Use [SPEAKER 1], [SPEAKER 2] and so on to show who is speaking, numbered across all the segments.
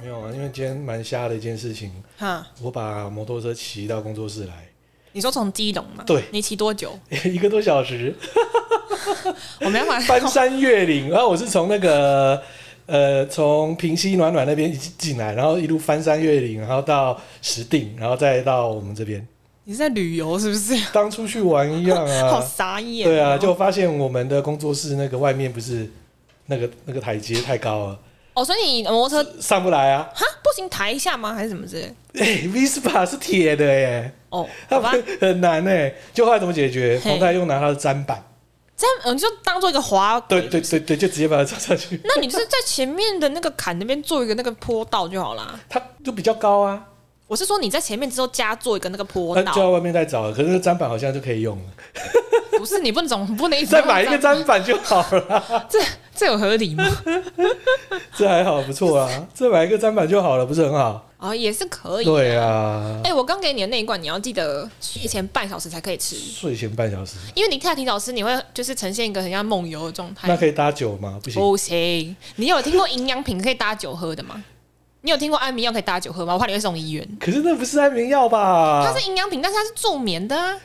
[SPEAKER 1] 没有啊，因为今天蛮瞎的一件事情，
[SPEAKER 2] 哈，
[SPEAKER 1] 我把摩托车骑到工作室来，
[SPEAKER 2] 你说从基隆嘛？
[SPEAKER 1] 对哎
[SPEAKER 2] 你骑多久？
[SPEAKER 1] 一个多小时，
[SPEAKER 2] 我没办法
[SPEAKER 1] 翻，山越岭。然后我是从那个呃，从平西暖暖那边一进进来，然后一路翻山越岭，然后到石碇，然后再到我们这边，
[SPEAKER 2] 你是在旅游是不是？
[SPEAKER 1] 当出去玩一样
[SPEAKER 2] 好
[SPEAKER 1] 啊。
[SPEAKER 2] 傻眼哦。
[SPEAKER 1] 对啊，就发现我们的工作室那个外面不是那个那个台阶太高了，
[SPEAKER 2] 哦，所以你摩托车
[SPEAKER 1] 上不来啊。
[SPEAKER 2] 哈不行抬一下吗？还是什么之类的？
[SPEAKER 1] 哎、v s p a 是铁的耶，
[SPEAKER 2] 哦，
[SPEAKER 1] 它
[SPEAKER 2] 好
[SPEAKER 1] 不
[SPEAKER 2] 吧，
[SPEAKER 1] 很难哎。就后来怎么解决？
[SPEAKER 2] 嘿
[SPEAKER 1] 彭泰又拿他的砧板，
[SPEAKER 2] 这样呃你就当做一个滑轨
[SPEAKER 1] 对对对对，就直接把它插上去。
[SPEAKER 2] 那你就是在前面的那个坎那边做一个那个坡道就好啦。
[SPEAKER 1] 它就比较高啊，
[SPEAKER 2] 我是说你在前面之后加做一个那个坡
[SPEAKER 1] 那就
[SPEAKER 2] 道，
[SPEAKER 1] 要外面再找了。可是那砧板好像就可以 用了，
[SPEAKER 2] 不是你不能总不能一 直
[SPEAKER 1] 再买一个
[SPEAKER 2] 这样
[SPEAKER 1] 砧板就好了。
[SPEAKER 2] 这这有 合理吗？
[SPEAKER 1] 这还好，不错 啊，再买一个砧板就好了，不是很好？
[SPEAKER 2] 哦，也是可以。
[SPEAKER 1] 对啊，
[SPEAKER 2] 哎、我刚给你的那一罐，你要记得睡前半小时才可以吃，
[SPEAKER 1] 睡前半小时，
[SPEAKER 2] 因为你太提早吃，你会就是呈现一个很像梦游的状
[SPEAKER 1] 那
[SPEAKER 2] 态。
[SPEAKER 1] 可以搭酒吗？不行，
[SPEAKER 2] 不行，你有听过营养品可以搭酒喝的吗？你有听过安眠药可以搭酒喝吗？我怕你会送医院。
[SPEAKER 1] 可是那不是安眠药吧？
[SPEAKER 2] 它是营养品，但是它是助眠的啊，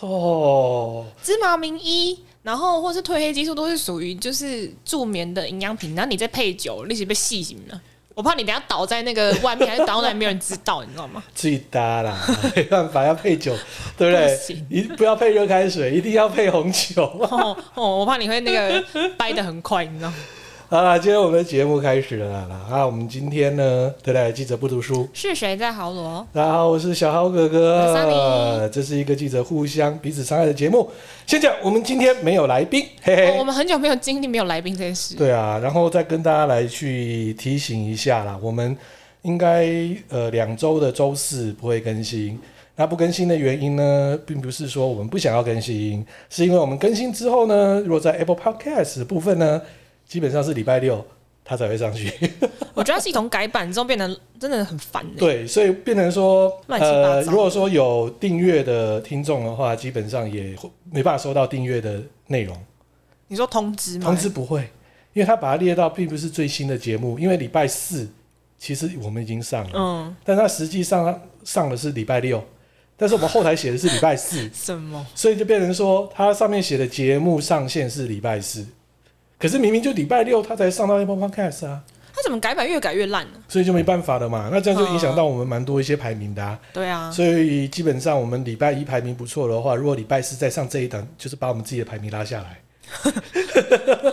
[SPEAKER 1] 哦，
[SPEAKER 2] 芝麻明一，然后或是褪黑激素都是属于就是助眠的营养品，然后你再配酒，你是被细醒了。我怕你等下倒在那个外面，还是倒在那里没有人知道，你知道吗？
[SPEAKER 1] 自己搭啦， 没办法，要配酒，对不
[SPEAKER 2] 不
[SPEAKER 1] 对
[SPEAKER 2] 行？
[SPEAKER 1] 一不要配热开水，一定要配红酒。
[SPEAKER 2] 哦哦，我怕你会那个掰得很快，你知道吗？
[SPEAKER 1] 好啦，今天我们的节目开始了啦。啊，我们今天呢，对不对？记者不读书，
[SPEAKER 2] 是谁在豪罗？
[SPEAKER 1] 大家好，我是小豪哥哥。
[SPEAKER 2] 我是 Sunny
[SPEAKER 1] 这是一个记者互相彼此伤害的节目。先讲，我们今天没有来宾，嘿
[SPEAKER 2] 哦我
[SPEAKER 1] 嘿。
[SPEAKER 2] 们很久没有经历没有来宾这件事。
[SPEAKER 1] 对啊，然后再跟大家来去提醒一下啦，我们应该呃两周的周四不会更新。那不更新的原因呢，并不是说我们不想要更新，是因为我们更新之后呢，如果在 Apple Podcast 的部分呢，基本上是礼拜六它才会上去。
[SPEAKER 2] 我觉得它系统改版之后变得真的很烦欸
[SPEAKER 1] 对，所以变成说，
[SPEAKER 2] 乱七八糟
[SPEAKER 1] 呃，如果说有订阅的听众的话，基本上也会没办法收到订阅的内容，
[SPEAKER 2] 你说通知吗？
[SPEAKER 1] 通知不会，因为他把它列到并不是最新的节目，因为礼拜四其实我们已经上了，
[SPEAKER 2] 嗯，，
[SPEAKER 1] 但他实际上上的是礼拜六，但是我们后台写的是礼拜四
[SPEAKER 2] 什么？
[SPEAKER 1] 所以就变成说，它上面写的节目上线是礼拜四，可是明明就礼拜六他才上到 Apple Podcast 啊，
[SPEAKER 2] 它怎么改版越改越烂呢、
[SPEAKER 1] 所以就没办法的嘛，那这样就影响到我们蛮多一些排名的啊。
[SPEAKER 2] 对啊，
[SPEAKER 1] 所以基本上我们礼拜一排名不错的话，如果礼拜四再上这一档，就是把我们自己的排名拉下来。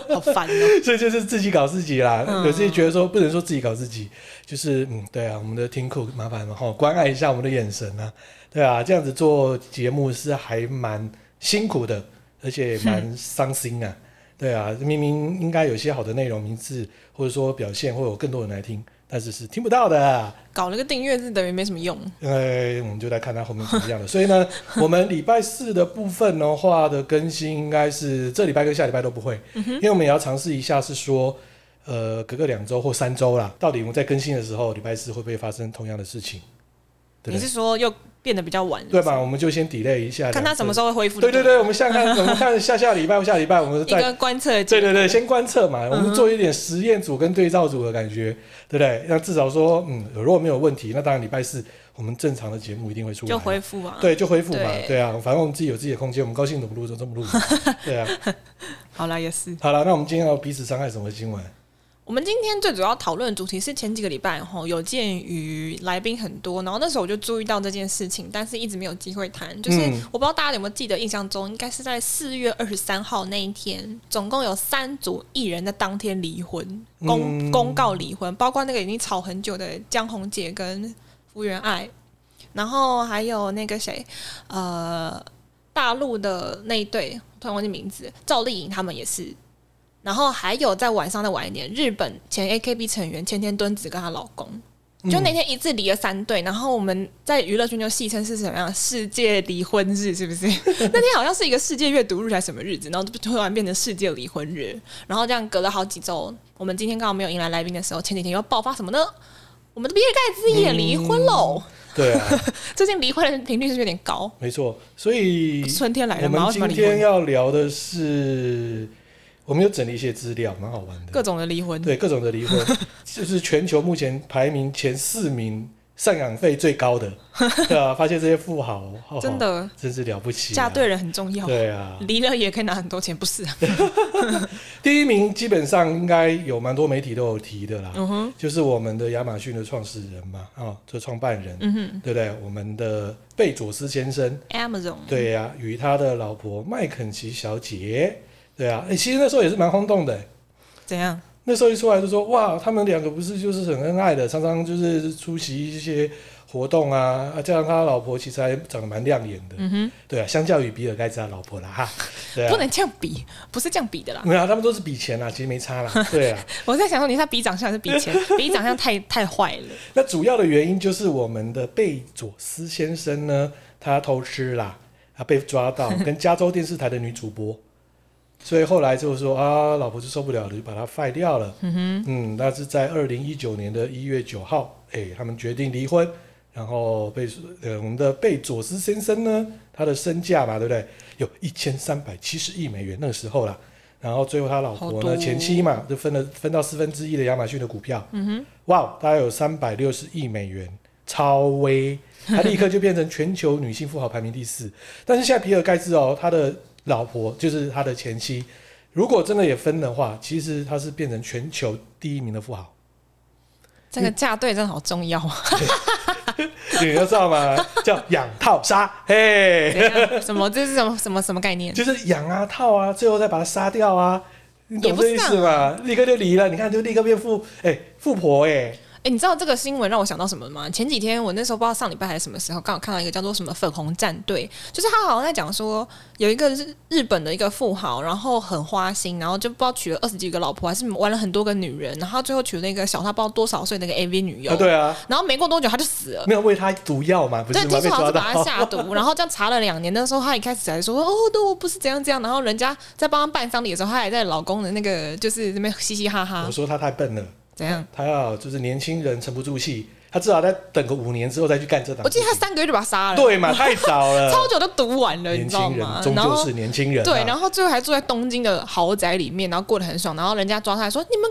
[SPEAKER 2] 好烦哦、
[SPEAKER 1] 所以就是自己搞自己啦。
[SPEAKER 2] 嗯
[SPEAKER 1] 可是觉得说不能说自己搞自己，就是嗯，对啊，我们的听库麻烦了哈，关爱一下我们的眼神啊，对啊，这样子做节目是还蛮辛苦的，而且蛮伤心啊。对啊，明明应该有些好的内容、名字或者说表现，会有更多人来听，但是是听不到的。
[SPEAKER 2] 搞了个订阅制等于没什么用。
[SPEAKER 1] 呃，我们就来看它后面怎么样了。所以呢，我们礼拜四的部分的话的更新，应该是这礼拜跟下礼拜都不会，
[SPEAKER 2] 嗯
[SPEAKER 1] 因为我们也要尝试一下，是说，呃，隔个两周或三周啦，到底我们在更新的时候，礼拜四会不会发生同样的事情，对
[SPEAKER 2] 你
[SPEAKER 1] 不
[SPEAKER 2] 是
[SPEAKER 1] 对？
[SPEAKER 2] 说又变得比较晚？
[SPEAKER 1] 对吧？？我们就先 delay 一下，
[SPEAKER 2] 看它什么时
[SPEAKER 1] 候。
[SPEAKER 2] 候会恢复。
[SPEAKER 1] 对对对，我们下看， 我们看下下礼拜或下礼拜，我们
[SPEAKER 2] 一
[SPEAKER 1] 再
[SPEAKER 2] 个嗯观测的
[SPEAKER 1] 对
[SPEAKER 2] 结果
[SPEAKER 1] 对对，先观测嘛，我们做一点实验组跟对照组的感觉，对不对？那至少说，嗯，如果没有问题，那当然礼拜四我们正常的节目一定会出来
[SPEAKER 2] 就
[SPEAKER 1] 嘛。
[SPEAKER 2] 恢复啊。，
[SPEAKER 1] 对，就恢复嘛，
[SPEAKER 2] 对
[SPEAKER 1] 对啊，反正我们自己有自己的空间，我们高兴怎么录就怎么录，对啊。
[SPEAKER 2] 好啦，也是。
[SPEAKER 1] 好了，那我们今天要彼此伤害什么新闻？
[SPEAKER 2] 我们今天最主要讨论的主题是前几个礼拜吼，有鉴于来宾很多，然后那时候我就注意到这件事情，但是一直没有机会谈。就是
[SPEAKER 1] 嗯
[SPEAKER 2] 我不知道大家有没有记得，印象中应该是在四月二十三号那一天，总共有三组艺人在当天离婚，公、
[SPEAKER 1] 嗯
[SPEAKER 2] 公告离婚，包括那个已经吵很久的江宏杰跟福原爱，然后还有那个谁，呃，大陆的那一对，突然忘记名字，赵丽颖他们也是。然后还有在晚上再晚一点，日本前 AKB 成员千天敦子跟她老公，就那天一致离了三对。然后我们在娱乐圈就戏称是什么样世界离婚日，是不 是？那天好像是一个世界阅读日还是什么日子，然后就突然变成世界离婚日。然后这样隔了好几周，我们今天刚好没有迎来来宾的时候，前几天又爆发什么呢？我们的比尔盖茨也离婚喽。
[SPEAKER 1] 对啊，
[SPEAKER 2] 最近离婚的频率是有点高，
[SPEAKER 1] 没错。所以
[SPEAKER 2] 春天来
[SPEAKER 1] 我
[SPEAKER 2] 了嘛，
[SPEAKER 1] 们
[SPEAKER 2] 为什么
[SPEAKER 1] 今
[SPEAKER 2] 离
[SPEAKER 1] 天
[SPEAKER 2] 婚？
[SPEAKER 1] 要聊的是我们有整理一些资料，蛮好玩的。
[SPEAKER 2] 各种的离 婚，嗯
[SPEAKER 1] 对各种的离婚， 就是全球目前排名前四名赡养费最高 的，对啊，发现这些富豪、哦、
[SPEAKER 2] 真的
[SPEAKER 1] 真是了不起、啊，
[SPEAKER 2] 嫁对人哦很重要，
[SPEAKER 1] 对啊，
[SPEAKER 2] 离了也可以拿很多钱，不是啊？
[SPEAKER 1] 第一名基本上应该有蛮多媒体都有提的啦，
[SPEAKER 2] 嗯哼，
[SPEAKER 1] 就是我们的亚马逊的创始人嘛，啊、哦，这创办人，
[SPEAKER 2] 嗯哼嗯
[SPEAKER 1] 对不对？我们的贝佐斯先生，
[SPEAKER 2] ，Amazon，
[SPEAKER 1] 对呀、与他的老婆麦肯齐小姐，对啊，哎，其实那时候也是蛮轰动的、
[SPEAKER 2] 怎样？
[SPEAKER 1] 那时候一出来就说哇，他们两个不是就是很恩爱的，常常就是出席一些活动啊，啊，加上他老婆其实还长得蛮亮眼的，
[SPEAKER 2] 嗯哼，
[SPEAKER 1] 对啊，相较于比尔盖茨他老婆啦哈，对
[SPEAKER 2] 不
[SPEAKER 1] 啊，
[SPEAKER 2] 能这样比，不是这样比的 啦。
[SPEAKER 1] 没有、啊，他们都是比钱啦，其实没差啦，对啊，
[SPEAKER 2] 我在想说，你是要比长相还是比钱？比长相太太坏了。
[SPEAKER 1] 那主要的原因就是我们的贝佐斯先生呢，他偷吃啦，他被抓到，跟加州电视台的女主播，所以后来就说啊，老婆就受不了了，就把他 f 掉了。
[SPEAKER 2] 嗯哼，
[SPEAKER 1] 嗯，那是在二零一九年的一月九号，哎、他们决定离婚，然后贝索呃我们的贝佐斯先生呢，他的身价嘛，对不对？有一千三百七十亿美元那个时候啦，然后最后他老
[SPEAKER 2] 好
[SPEAKER 1] 婆
[SPEAKER 2] 多
[SPEAKER 1] 呢
[SPEAKER 2] 哦
[SPEAKER 1] 前妻嘛，就分了分到四分之一的亚马逊的股票，
[SPEAKER 2] 嗯哼，
[SPEAKER 1] 哇，大概有三百六十亿美元，超威，他立刻就变成全球女性富豪排名第四。但是现在比尔盖茨哦，他的老婆就是他的前妻，如果真的也分的话，其实他是变成全球第一名的富豪。
[SPEAKER 2] 这个嫁对真的好重要啊！
[SPEAKER 1] 你要知道吗？ 叫养套杀，
[SPEAKER 2] 怎
[SPEAKER 1] 嘿，
[SPEAKER 2] 样？什么？这是什么什么什么概念？
[SPEAKER 1] 就是养啊套啊，最后再把他杀掉啊。你
[SPEAKER 2] 也
[SPEAKER 1] 懂
[SPEAKER 2] 不
[SPEAKER 1] 这
[SPEAKER 2] 是啊
[SPEAKER 1] 意思吗？立刻就离了，你看就立刻变富，哎、富婆哎、
[SPEAKER 2] 哎、你知道这个新闻让我想到什么吗？前几天我那时候不知道上礼拜还是什么时候，刚好看到一个叫做什么“粉红战队”，就是他好像在讲说有一个日日本的一个富豪，然后很花心，然后就不知道娶了二十几个老婆，还是玩了很多个女人，然后他最后娶了一个小他不知道多少岁的那个 AV 女优，
[SPEAKER 1] 啊，对啊，
[SPEAKER 2] 然后没过多久他就死了。
[SPEAKER 1] 没有喂他毒药嘛，不
[SPEAKER 2] 对，
[SPEAKER 1] 是
[SPEAKER 2] 听
[SPEAKER 1] 吗？被
[SPEAKER 2] 说好像
[SPEAKER 1] 抓
[SPEAKER 2] 是把
[SPEAKER 1] 到，
[SPEAKER 2] 他下毒，然后这样查了两年。那时候他一开始还说哦，对，我不是怎样怎样，然后人家在帮他办丧礼的时候，他还在老公的那个就是那边嘻嘻哈哈
[SPEAKER 1] 我，哎说他太笨了，
[SPEAKER 2] 怎样？
[SPEAKER 1] 他要就是年轻人沉不住气，他至少再等个五年之后再去干这档
[SPEAKER 2] 我
[SPEAKER 1] 事
[SPEAKER 2] 记
[SPEAKER 1] 情。
[SPEAKER 2] 得他三个月就把他杀了，
[SPEAKER 1] 对嘛，太早了，
[SPEAKER 2] 超久都读完了，你
[SPEAKER 1] 年
[SPEAKER 2] 知道
[SPEAKER 1] 轻人
[SPEAKER 2] 吗？
[SPEAKER 1] 终
[SPEAKER 2] 然
[SPEAKER 1] 究
[SPEAKER 2] 后
[SPEAKER 1] 是年轻人、啊，
[SPEAKER 2] 对，然后最后还住在东京的豪宅里面，然后过得很爽。然后人家抓他来说：“你们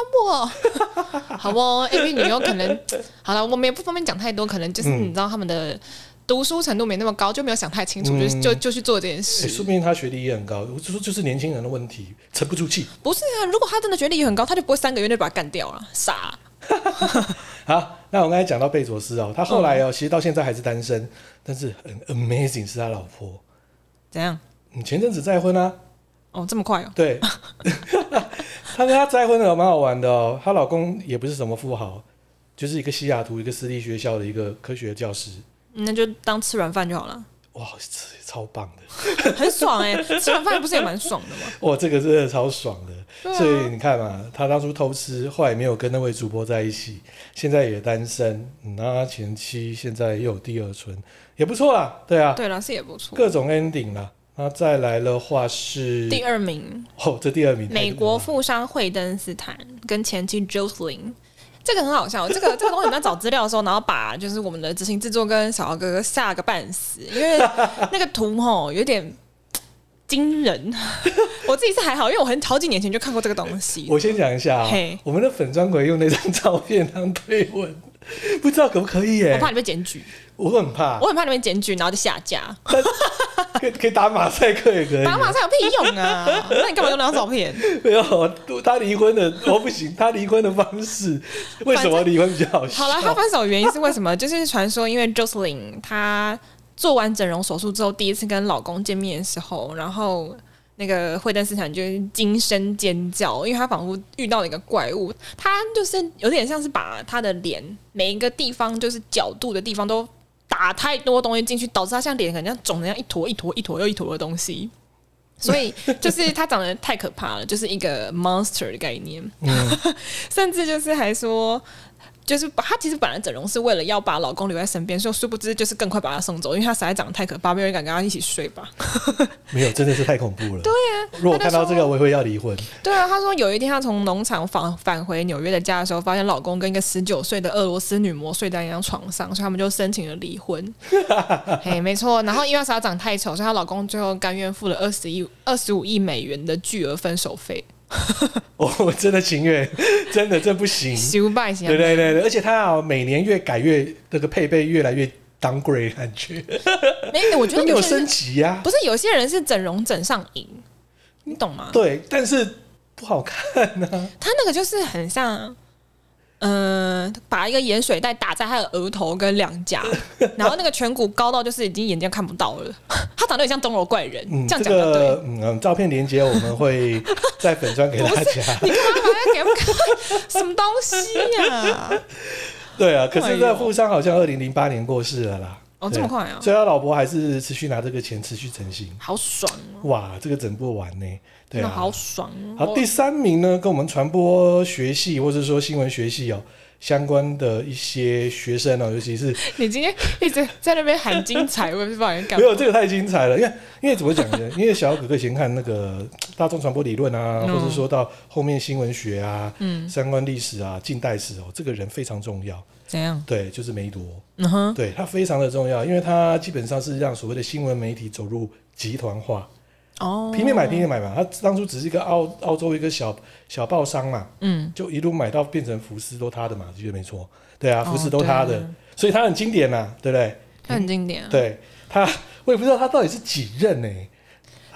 [SPEAKER 2] 干嘛抓我？” 好哦，A B 女优可能好了，我们也不方便讲太多，可能就是
[SPEAKER 1] 嗯
[SPEAKER 2] 你知道他们的读书程度没那么高，就没有想太清楚，就
[SPEAKER 1] 嗯
[SPEAKER 2] 就就去做这件
[SPEAKER 1] 诶说
[SPEAKER 2] 事。
[SPEAKER 1] 不定他学历也很高，我就说就是年轻人的问题，沉不住气。
[SPEAKER 2] 不是啊，如果他真的学历也很高，他就不会三个月内把他干掉了，傻。
[SPEAKER 1] 好，那我刚才讲到贝佐斯哦，他后来哦，其实到现在还是单身，但是很 amazing 是他老婆，
[SPEAKER 2] 怎样？
[SPEAKER 1] 嗯，前阵子再婚啊，
[SPEAKER 2] 哦，这么快哦？
[SPEAKER 1] 对，他跟他再婚了，蛮好玩的哦。她老公也不是什么富豪，就是一个西雅图一个私立学校的一个科学教师，
[SPEAKER 2] 嗯那就当吃软饭就好 了，
[SPEAKER 1] 哇，这超棒的，
[SPEAKER 2] 很爽哎、吃软饭不是也蛮爽的吗？
[SPEAKER 1] 哇，这个真的超爽的。
[SPEAKER 2] 对啊
[SPEAKER 1] 所以你看嘛，他当初偷吃，后来没有跟那位主播在一起，现在也单身，嗯，那他前妻现在也有第二春，也不错啦，对啊，
[SPEAKER 2] 对了，是也不错。
[SPEAKER 1] 各种 ending 啦。那再来的话是
[SPEAKER 2] 第二名，
[SPEAKER 1] 哦，这第二名，
[SPEAKER 2] 美国富商惠登斯坦跟前妻 Jocelyn。这个很好笑，这个这个东西我们在找资料的时候，然后把就是我们的执行制作跟小豪哥哥吓个半死，因 为那个图吼有点惊人。我自己是还好，因为我很好几年前就看过这个东西。
[SPEAKER 1] 我先讲一下啊、
[SPEAKER 2] 嘿
[SPEAKER 1] 我们的粉砖鬼用那张照片当推文，不知道可不可以耶、
[SPEAKER 2] 我怕你被检举，
[SPEAKER 1] 我很怕
[SPEAKER 2] 我，很怕你被检举，然后就下架。
[SPEAKER 1] 可以可以打马赛克也可以。
[SPEAKER 2] 打马赛有屁用啊！那你干嘛用那张照片？
[SPEAKER 1] 没有，他离婚的我不行，他离婚的方式为什么离婚比较好笑？
[SPEAKER 2] 好了，他分手的原因是为什么？就是传说，因为 Jocelyn 她做完整容手术之后，第一次跟老公见面的时候，然后那个惠登斯坦就是惊声尖叫，因为她仿佛遇到了一个怪物。她就是有点像是把她的脸每一个地方，就是角度的地方都打太多东西进去，导致她像脸可能像肿的像一坨一坨一坨又一坨的东西。所以就是她长得太可 怕了，就是一个 monster 的概念，甚至就是还说就是把她其实本来整容是为了要把老公留在身边，所以殊不知就是更快把她送走，因为她实在长得太可怕，没有人敢跟她一起睡吧。
[SPEAKER 1] 没有，真的是太恐怖了。对啊，如果我看到这个，我也会要离婚。
[SPEAKER 2] 对啊，她说有一天她从农场返返回纽约的家的时候，发现老公跟一个十九岁的俄罗斯女魔睡在一张床上，所以他们就申请了离 婚。嘿，没错。然后因为她实在长得太丑，所以她老公最后甘愿付了二十亿、二十五亿美元的巨额分手费。
[SPEAKER 1] 我我真的情愿， 真的这不 行。
[SPEAKER 2] 修拜行
[SPEAKER 1] 对对对对，而且它好每年越改越那个配备越来越 downgrade 感觉，
[SPEAKER 2] 没，我觉
[SPEAKER 1] 都
[SPEAKER 2] 得
[SPEAKER 1] 没有
[SPEAKER 2] 有些
[SPEAKER 1] 升
[SPEAKER 2] 人
[SPEAKER 1] 级啊呀、
[SPEAKER 2] 不是有些人是整容整上瘾，你懂吗？
[SPEAKER 1] 对，但是不好看呢、
[SPEAKER 2] 他那个就是很像，嗯、把一个盐水袋打在他的额头跟两 颊，然后那个颧骨高到就是已经眼睛看不到了。他长得很像东楼怪人，
[SPEAKER 1] 嗯，
[SPEAKER 2] 这
[SPEAKER 1] 这
[SPEAKER 2] 样讲就对。
[SPEAKER 1] 个嗯嗯，照片连接我们 会在粉砖给大家。
[SPEAKER 2] 你干嘛把它给我看？什么东西啊呀、
[SPEAKER 1] 对啊，可是
[SPEAKER 2] 哎
[SPEAKER 1] 这
[SPEAKER 2] 呦
[SPEAKER 1] 富商好像二零零八年过世了啦。
[SPEAKER 2] 哦，
[SPEAKER 1] 对
[SPEAKER 2] 这么快啊，
[SPEAKER 1] 所以他老婆还是持续拿这个钱持续整形。
[SPEAKER 2] 好爽哦、
[SPEAKER 1] 哇，这个整不完呢、对
[SPEAKER 2] 真的
[SPEAKER 1] 啊，
[SPEAKER 2] 好爽哦、
[SPEAKER 1] 好，第三名呢，跟我们传播学系或者说新闻学系哦相关的一些学生哦，尤其是
[SPEAKER 2] 你今天一直在那边喊精彩，我也不知道你在干
[SPEAKER 1] 没
[SPEAKER 2] 嘛。
[SPEAKER 1] 有这个太精彩了，因为因为怎么讲呢？因为小哥哥以前看那个大众传播理论啊，
[SPEAKER 2] 嗯
[SPEAKER 1] 或者说到后面新闻学啊、
[SPEAKER 2] 嗯，
[SPEAKER 1] 相关历史啊、近代史哦，这个人非常重要。
[SPEAKER 2] 怎样？
[SPEAKER 1] 对，就是梅毒，
[SPEAKER 2] 嗯哼，
[SPEAKER 1] 对他非常的重要，因为他基本上是让所谓的新闻媒体走入集团化，
[SPEAKER 2] 哦，
[SPEAKER 1] 平面买平面买嘛。他当初只是一个澳澳洲一个小小报商嘛，
[SPEAKER 2] 嗯，
[SPEAKER 1] 就一路买到变成服饰都他的嘛，记得没错，对啊，
[SPEAKER 2] 哦
[SPEAKER 1] 服饰都他的，
[SPEAKER 2] 对
[SPEAKER 1] 所以他很经典呐、啊对不对？
[SPEAKER 2] 它很经典、啊。
[SPEAKER 1] 对他，我也不知道他到底是几任呢、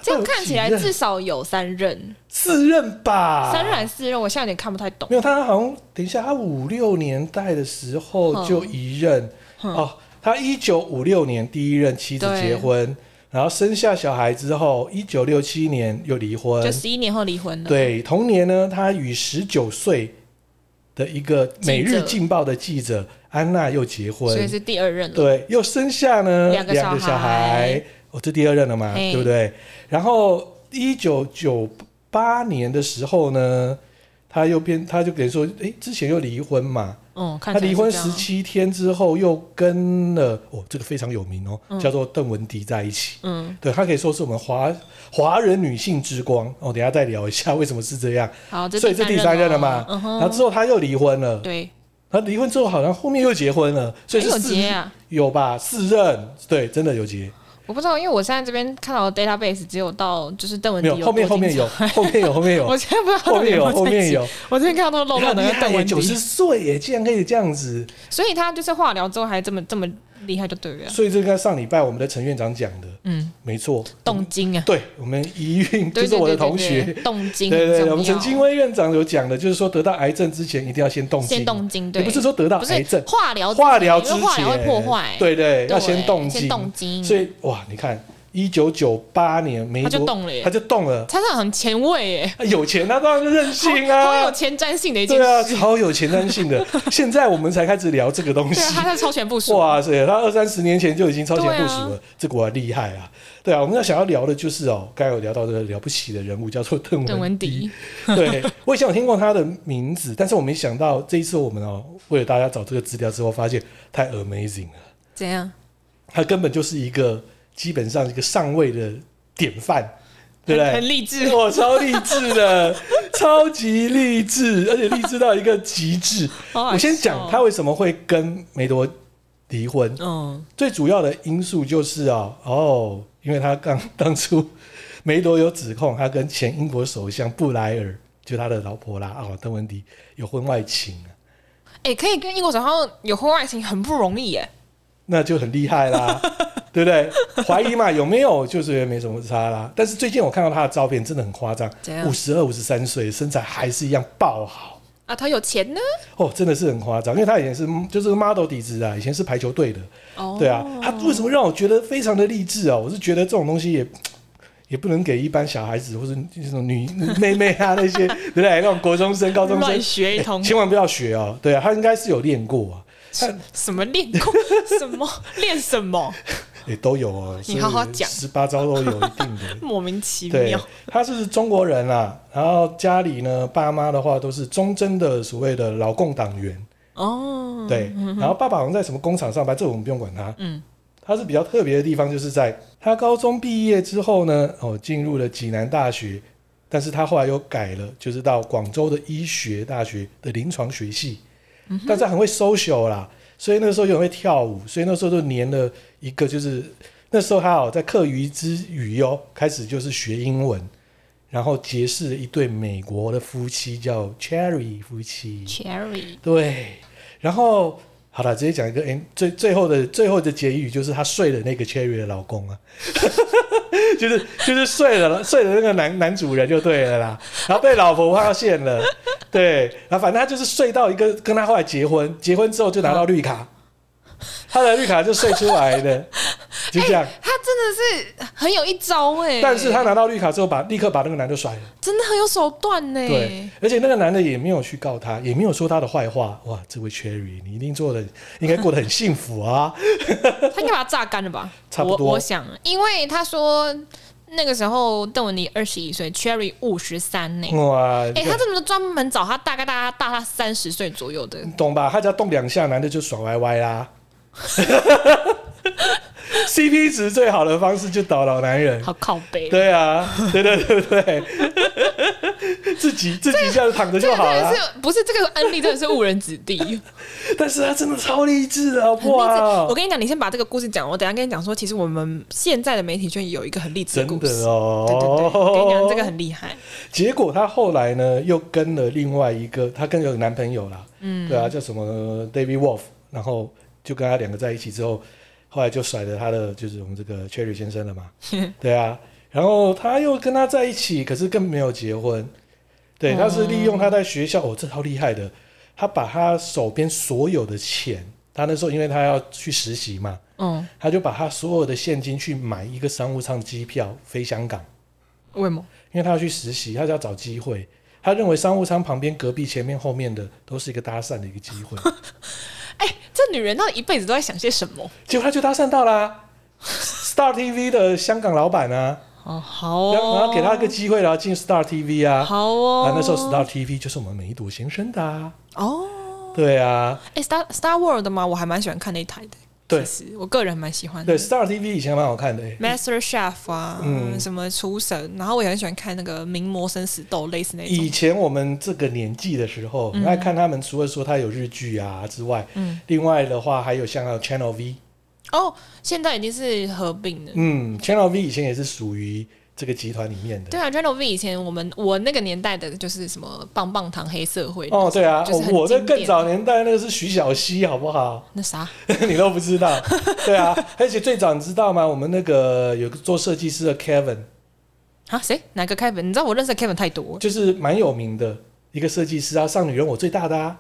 [SPEAKER 2] 这样看起来
[SPEAKER 1] 他到底有几
[SPEAKER 2] 至
[SPEAKER 1] 任
[SPEAKER 2] 少有三任，
[SPEAKER 1] 四任吧，
[SPEAKER 2] 三任还是四任，我现在有点看不太懂
[SPEAKER 1] 没。有他好像等一下，他五六年代的时候
[SPEAKER 2] 嗯
[SPEAKER 1] 就一任、
[SPEAKER 2] 嗯
[SPEAKER 1] 哦，他一九五六年第一任妻子
[SPEAKER 2] 对
[SPEAKER 1] 结婚，然后生下小孩之后，一九六七年又离婚，
[SPEAKER 2] 就十一年后离婚了。，
[SPEAKER 1] 对，同年呢，他与十九岁的一个《每
[SPEAKER 2] 记
[SPEAKER 1] 日
[SPEAKER 2] 者
[SPEAKER 1] 劲报》的记者安娜又结
[SPEAKER 2] 所以
[SPEAKER 1] 婚，
[SPEAKER 2] 是第二任了。
[SPEAKER 1] 对，又生下呢
[SPEAKER 2] 两个小孩
[SPEAKER 1] 孩，哦，这第二任了嘛，
[SPEAKER 2] 嘿
[SPEAKER 1] 对不对？然后一九九八年的时候呢，他又变，他就等于说，哎，之前又离婚嘛，
[SPEAKER 2] 嗯，看
[SPEAKER 1] 他
[SPEAKER 2] 起来
[SPEAKER 1] 离婚
[SPEAKER 2] 是这样
[SPEAKER 1] 十，七天之后又跟了，哦，这个非常有名哦，
[SPEAKER 2] 嗯
[SPEAKER 1] 叫做邓文迪在一起。
[SPEAKER 2] 嗯，
[SPEAKER 1] 对，她可以说是我们华华人女性之光哦。等一下再聊一下为什么是这样。
[SPEAKER 2] 好，这
[SPEAKER 1] 所以这第三任了嘛
[SPEAKER 2] 嗯
[SPEAKER 1] 然后
[SPEAKER 2] 哼，
[SPEAKER 1] 之后她又离婚了，
[SPEAKER 2] 对，
[SPEAKER 1] 她离婚之后好像后面又结婚了，所以
[SPEAKER 2] 哎
[SPEAKER 1] 是
[SPEAKER 2] 有
[SPEAKER 1] 四
[SPEAKER 2] 结啊，
[SPEAKER 1] 有吧？四任，对，真的有结，
[SPEAKER 2] 我不知道，因为我现在这边看到的 database 只有到就是邓文
[SPEAKER 1] 没
[SPEAKER 2] 迪
[SPEAKER 1] 有后面
[SPEAKER 2] 多
[SPEAKER 1] 后面
[SPEAKER 2] 精
[SPEAKER 1] 有，后面有后面
[SPEAKER 2] 彩，我
[SPEAKER 1] 有，
[SPEAKER 2] 现在不知道他
[SPEAKER 1] 后
[SPEAKER 2] 到底
[SPEAKER 1] 面
[SPEAKER 2] 有
[SPEAKER 1] 有
[SPEAKER 2] 没
[SPEAKER 1] 后
[SPEAKER 2] 有在一
[SPEAKER 1] 面
[SPEAKER 2] 起。
[SPEAKER 1] 有，
[SPEAKER 2] 我这边看到都
[SPEAKER 1] 你
[SPEAKER 2] 露露
[SPEAKER 1] 看
[SPEAKER 2] 的
[SPEAKER 1] 厉
[SPEAKER 2] 跟
[SPEAKER 1] 害
[SPEAKER 2] 邓
[SPEAKER 1] 耶，
[SPEAKER 2] 文
[SPEAKER 1] 九十
[SPEAKER 2] 迪，
[SPEAKER 1] 岁耶，竟然可以这样子，
[SPEAKER 2] 所以他就是化疗之后还这么这么厉害，就对了。
[SPEAKER 1] 所以这跟上礼拜我们的陈院长讲的
[SPEAKER 2] 嗯，
[SPEAKER 1] 没错，
[SPEAKER 2] 动经啊，
[SPEAKER 1] 对我们一运嗯
[SPEAKER 2] 对
[SPEAKER 1] 就是我的
[SPEAKER 2] 对对
[SPEAKER 1] 同
[SPEAKER 2] 对
[SPEAKER 1] 学
[SPEAKER 2] 对，动经很
[SPEAKER 1] 对
[SPEAKER 2] 重要，
[SPEAKER 1] 对对，我们陈金威院长有讲的，就是说得到癌症之前一定要先动
[SPEAKER 2] 先
[SPEAKER 1] 静，
[SPEAKER 2] 动经，对，
[SPEAKER 1] 也不是说得到
[SPEAKER 2] 不
[SPEAKER 1] 癌
[SPEAKER 2] 是
[SPEAKER 1] 症，
[SPEAKER 2] 化疗之前，
[SPEAKER 1] 化疗之
[SPEAKER 2] 因为
[SPEAKER 1] 前
[SPEAKER 2] 化疗会破坏，
[SPEAKER 1] 对对，
[SPEAKER 2] 对，
[SPEAKER 1] 要先动
[SPEAKER 2] 先
[SPEAKER 1] 静。
[SPEAKER 2] 动经，
[SPEAKER 1] 所以哇，你看，一九九八年没
[SPEAKER 2] 嗯他就
[SPEAKER 1] 多，
[SPEAKER 2] 动了耶
[SPEAKER 1] 他，就动了，
[SPEAKER 2] 他这样很前卫耶，
[SPEAKER 1] 啊有钱他当然就任性
[SPEAKER 2] 好有
[SPEAKER 1] 啊，
[SPEAKER 2] 前瞻性的一件
[SPEAKER 1] 对
[SPEAKER 2] 事，
[SPEAKER 1] 啊，超有前瞻性 的。现在我们才开始聊这个东西
[SPEAKER 2] 对，啊，他在超前部署，
[SPEAKER 1] 哇塞，他二三十年前就已经超前部署
[SPEAKER 2] 对啊
[SPEAKER 1] 了，这果然厉害啊！对啊，我们要想要聊的就是哦，刚才有聊到这个了不起的人物叫做邓
[SPEAKER 2] 邓文
[SPEAKER 1] 文迪
[SPEAKER 2] 迪，
[SPEAKER 1] 对，我以前有听过他的名字，但是我没想到这一次我们哦，为了大家找这个资料之后，发现太 amazing 了。
[SPEAKER 2] 怎样？
[SPEAKER 1] 他根本就是一个基本上一个上位的典范，对不
[SPEAKER 2] 很
[SPEAKER 1] 对？
[SPEAKER 2] 很励志，
[SPEAKER 1] 我、超励志的， 超级励志，而且励志到一个极致。
[SPEAKER 2] 好好
[SPEAKER 1] 我先
[SPEAKER 2] 笑哦
[SPEAKER 1] 讲他，为什么会跟梅多离婚，
[SPEAKER 2] 嗯，
[SPEAKER 1] 最主要的因素就是啊、哦，因为他刚当初梅朵有指控他跟前英国首相布莱尔，就他的老婆啦，哦，邓文迪有婚外情啊，
[SPEAKER 2] 哎，可以跟英国首相有婚外情很不容易耶，
[SPEAKER 1] 那就很厉害 啦，对不对？怀疑嘛，有没有就是没什么差啦。但是最近我看到他的照片，真的很夸张
[SPEAKER 2] 怎，样
[SPEAKER 1] 五十二、五十三岁，身材还是一样爆好。
[SPEAKER 2] 啊，他有钱呢，
[SPEAKER 1] 哦，真的是很夸张，因为他以前是就是 model 底子啊，以前是排球队的，
[SPEAKER 2] 哦，
[SPEAKER 1] 对啊，他为什么让我觉得非常的励志啊？我是觉得这种东西也也不能给一般小孩子或者那种女 妹妹啊那些，对不对？那种国中生、高中生
[SPEAKER 2] 乱，学一 通，
[SPEAKER 1] 千万不要学哦。对啊，他应该是有练过啊，
[SPEAKER 2] 什么练功， 什么练什么，
[SPEAKER 1] 也都有哦。
[SPEAKER 2] 你好好讲。
[SPEAKER 1] 十八招都有一定的
[SPEAKER 2] 莫名其
[SPEAKER 1] 对
[SPEAKER 2] 妙，，
[SPEAKER 1] 他是中国啊人啦、然后家里呢，爸妈的话都是忠贞的所谓的老共党员，
[SPEAKER 2] 哦，
[SPEAKER 1] 对，然后爸爸好像在什么工厂上班，这我们不用管他。
[SPEAKER 2] 嗯，
[SPEAKER 1] 他是比较特别的地方，就是在他高中毕业之后呢，哦，进入了济南大学，但是他后来又改了，就是到广州的医学大学的临床学系。但是很会 social 啦，所以那时候又很会跳舞，所以那时候就粘了一个，就是那时候他哦，在课余之余哦，开始就是学英文，然后结识了一对美国的夫妻，叫 Cherry 夫妻。
[SPEAKER 2] ，Cherry，
[SPEAKER 1] 对，然后好了，直接讲一个，哎、最最后的最后的结语就是她睡了那个 Cherry 的老公啊， 就是就是睡了睡了那个男男主人就对了啦，然后被老婆发现了，对，然后反正他就是睡到一个跟他后来结婚，结婚之后就拿到绿卡，他的绿卡就睡出来的，就这样。
[SPEAKER 2] 他真的是很有一招哎、
[SPEAKER 1] 但是他拿到绿卡之后把，立刻把那个男的甩了。
[SPEAKER 2] 真的很有手段呢、
[SPEAKER 1] 对，而且那个男的也没有去告他，也没有说他的坏话。哇，这位 Cherry，你一定做的应该过得很幸福啊！
[SPEAKER 2] 他应该把他榨干了吧？
[SPEAKER 1] 差不多
[SPEAKER 2] 我我想，因为他说那个时候邓文妮二十一岁，Cherry 五十三呢。
[SPEAKER 1] 哇，
[SPEAKER 2] 哎、他真的专门找他大概大概大他三十岁左右的，
[SPEAKER 1] 你懂吧？他只要动两下，男的就爽歪歪啦。CP 值最好的方式就倒老男人。
[SPEAKER 2] 好靠背。
[SPEAKER 1] 对啊，对对对对，自己自己这样躺着
[SPEAKER 2] 这
[SPEAKER 1] 就
[SPEAKER 2] 个
[SPEAKER 1] 好
[SPEAKER 2] 真
[SPEAKER 1] 了
[SPEAKER 2] 的。是不是这个案例真的是误人子弟，很励志
[SPEAKER 1] 但是他真的超励志的，好不好？
[SPEAKER 2] 我跟你讲，你先把这个故事讲，我等一下跟你讲说，其实我们现在的媒体圈有一个很励志
[SPEAKER 1] 真
[SPEAKER 2] 故
[SPEAKER 1] 的
[SPEAKER 2] 事。
[SPEAKER 1] 哦，
[SPEAKER 2] 对对对，我跟你讲，这个很厉害。
[SPEAKER 1] 结果她后来呢，又跟了另外一个，她跟有男朋友啦，嗯，对啊，叫什么 David Wolf，然后就跟他两个在一起之后，后来就甩了他的，就是我们这个 Cherry 先生了嘛，对啊，然后他又跟他在一起，可是更没有结婚，对，他是利用他在学校，哦，这超厉害的，他把他手边所有的钱，他那时候因为他要去实习嘛，
[SPEAKER 2] 嗯，
[SPEAKER 1] 他就把他所有的现金去买一个商务舱机票飞香港。
[SPEAKER 2] 为什么？
[SPEAKER 1] 因为他要去实习，他就要找机会。他认为商务舱旁边、隔壁、前面、后面的都是一个搭讪的一个机 会，
[SPEAKER 2] 哎、这女人到底一辈子都在想些什么？
[SPEAKER 1] 结果他就搭讪到啦、Star TV 的香港老板啊，
[SPEAKER 2] 哦，好
[SPEAKER 1] 然后
[SPEAKER 2] 哦，
[SPEAKER 1] 然后给他一个机会，然后进 Star TV 啊，
[SPEAKER 2] 好哦。
[SPEAKER 1] 啊，那时候 Star TV 就是我们梅朵先生的、啊，
[SPEAKER 2] 哦，
[SPEAKER 1] 对啊，
[SPEAKER 2] 哎、s t a r Star World 嘛，我还蛮喜欢看那一台的。
[SPEAKER 1] 对
[SPEAKER 2] 其实我个人蛮喜欢的
[SPEAKER 1] 对。Star TV 以前蛮好看的、欸，
[SPEAKER 2] Master Chef 啊，
[SPEAKER 1] 嗯
[SPEAKER 2] 什么厨神，然后我也很喜欢看那个名模生死斗，类似那
[SPEAKER 1] 以
[SPEAKER 2] 种。
[SPEAKER 1] 前我们这个年纪的时候，爱、看他们，除了说他有日剧啊之外，
[SPEAKER 2] 嗯，
[SPEAKER 1] 另外的话还有像 Channel V，
[SPEAKER 2] 哦，现在已经是合并了。
[SPEAKER 1] 嗯，Channel V 以前也是属于这个集团里面的，
[SPEAKER 2] 对啊，Channel V 以前我们我那个年代的就是什么棒棒糖黑社会
[SPEAKER 1] 哦，对啊，
[SPEAKER 2] 就是很
[SPEAKER 1] 我在
[SPEAKER 2] 经
[SPEAKER 1] 更
[SPEAKER 2] 典
[SPEAKER 1] 早年代那个是徐小溪，好不好？
[SPEAKER 2] 那啥，
[SPEAKER 1] 你都不知 道，对啊，而且最早你知道吗？我们那个有个做设计师的 Kevin，
[SPEAKER 2] 啊谁哪个 Kevin？你知道我认识的 Kevin 太多了
[SPEAKER 1] 就是蛮有名的一个设计师啊，上女人我最大的啊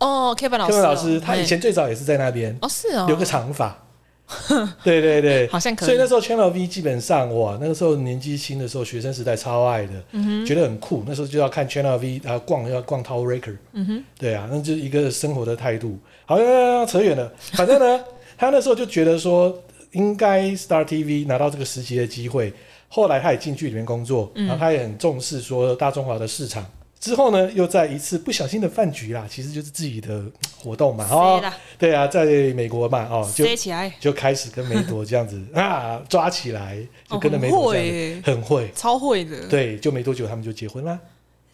[SPEAKER 2] 哦，Kevin 老师哦、
[SPEAKER 1] ，Kevin 老师，他以前最早也是在那边
[SPEAKER 2] 嘿哦是哦，
[SPEAKER 1] 留个长发， 对对对。
[SPEAKER 2] 好像可
[SPEAKER 1] 所以
[SPEAKER 2] 以
[SPEAKER 1] 那时候 Channel V 基本上哇，那个时候年纪轻的时候，学生时代超爱的，
[SPEAKER 2] 嗯
[SPEAKER 1] 觉得很酷。那时候就要看 Channel V，啊，逛要逛 Tower Raker，
[SPEAKER 2] 嗯哼，
[SPEAKER 1] 对啊，那就是一个生活的态度。好像扯远了，反正呢， 他那时候就觉得说，应该 Star TV 拿到这个实习的机会。后来他也进剧里面工作，
[SPEAKER 2] 嗯
[SPEAKER 1] 然后他也很重视说大中华的市场。之后呢，又在一次不小心的饭局啦，其实就是自己的嗯活动嘛，
[SPEAKER 2] 塞
[SPEAKER 1] 哦，
[SPEAKER 2] 啦
[SPEAKER 1] 对啊，在美国嘛，哦，就
[SPEAKER 2] 塞起来，
[SPEAKER 1] 就开始跟梅朵这样 子啊抓起来，就跟着
[SPEAKER 2] 哦
[SPEAKER 1] 梅
[SPEAKER 2] 很
[SPEAKER 1] 朵这
[SPEAKER 2] 会
[SPEAKER 1] 样
[SPEAKER 2] 耶
[SPEAKER 1] 子，很会。
[SPEAKER 2] 超会的，
[SPEAKER 1] 对，就没多久他们就结婚啦，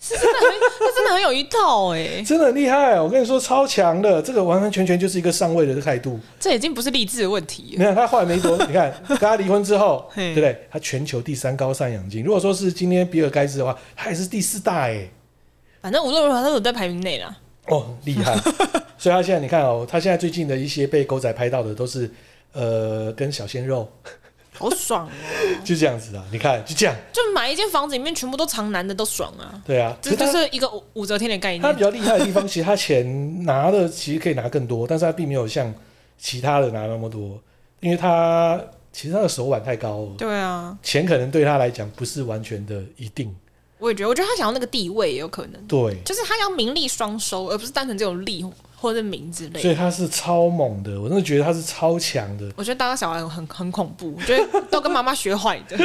[SPEAKER 2] 是真的很，这真的很有一套哎、
[SPEAKER 1] 真的很厉害。哦我跟你说，超强的，这个完完全全就是一个上位的态度。
[SPEAKER 2] 这已经不是励志的问题
[SPEAKER 1] 你
[SPEAKER 2] 了。
[SPEAKER 1] 看他后来没 多，你看跟他离婚之后，对
[SPEAKER 2] 嘿
[SPEAKER 1] 不对？他全球第三高赡养金，如果说是今天比尔盖茨的话，他也是第四大哎、
[SPEAKER 2] 反正无论如何，他都有在排名内啦。
[SPEAKER 1] 哦，厉 害。所以他现在你看哦，他现在最近的一些被狗仔拍到的都是呃跟小鲜肉
[SPEAKER 2] 好爽哦！
[SPEAKER 1] 就这样子啊，你看就这样，
[SPEAKER 2] 就买一间房子，里面全部都藏男的，都爽啊！
[SPEAKER 1] 对啊，
[SPEAKER 2] 这
[SPEAKER 1] 可
[SPEAKER 2] 就是是一个武武则天的概
[SPEAKER 1] 他他
[SPEAKER 2] 念
[SPEAKER 1] 比。较厉害的地方，其实他钱拿的其实可以拿更多，但是他并没有像其他的拿那么多，因为他其实他的手腕太高了，
[SPEAKER 2] 对啊，
[SPEAKER 1] 钱可能对他来讲不是完全的一定
[SPEAKER 2] 我也觉得，我觉得他想要那个地位也有可能，
[SPEAKER 1] 对。
[SPEAKER 2] 就是他要名利双收，而不是单纯只有利或者是名之类
[SPEAKER 1] 所
[SPEAKER 2] 的。
[SPEAKER 1] 以他是超猛的，我真的觉得他是超强的，
[SPEAKER 2] 我觉得当个小孩很很 恐怖，我觉得都跟妈妈学坏的。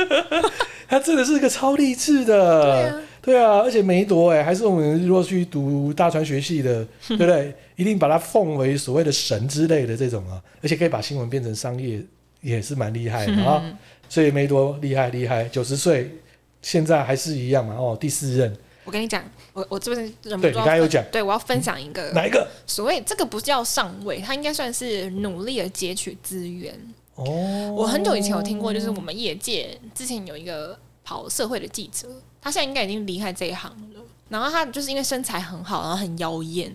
[SPEAKER 1] 他真的是一个超励志
[SPEAKER 2] 对
[SPEAKER 1] 的，
[SPEAKER 2] 啊，
[SPEAKER 1] 对啊，而且梅朵哎，还是我们如果去读大川学系 的，对不对？一定把它奉为所谓的神之类的这种啊，而且可以把新闻变成商业，也是蛮厉害的啊。
[SPEAKER 2] 嗯
[SPEAKER 1] 所以梅朵厉害厉害，九十岁现在还是一样嘛哦，第四任，
[SPEAKER 2] 我跟你讲，我我这边嗯忍不
[SPEAKER 1] 对
[SPEAKER 2] 住
[SPEAKER 1] 你
[SPEAKER 2] 要
[SPEAKER 1] 刚才有
[SPEAKER 2] 分
[SPEAKER 1] 讲
[SPEAKER 2] 对我要分享一个
[SPEAKER 1] 哪一个？
[SPEAKER 2] 所谓这个不叫上位，它应该算是努力的截取资源。
[SPEAKER 1] 哦，
[SPEAKER 2] 我很久以前有听过，就是我们业界之前有一个跑社会的记者，他现在应该已经离开这一行了。然后他就是因为身材很好，然后很妖艳，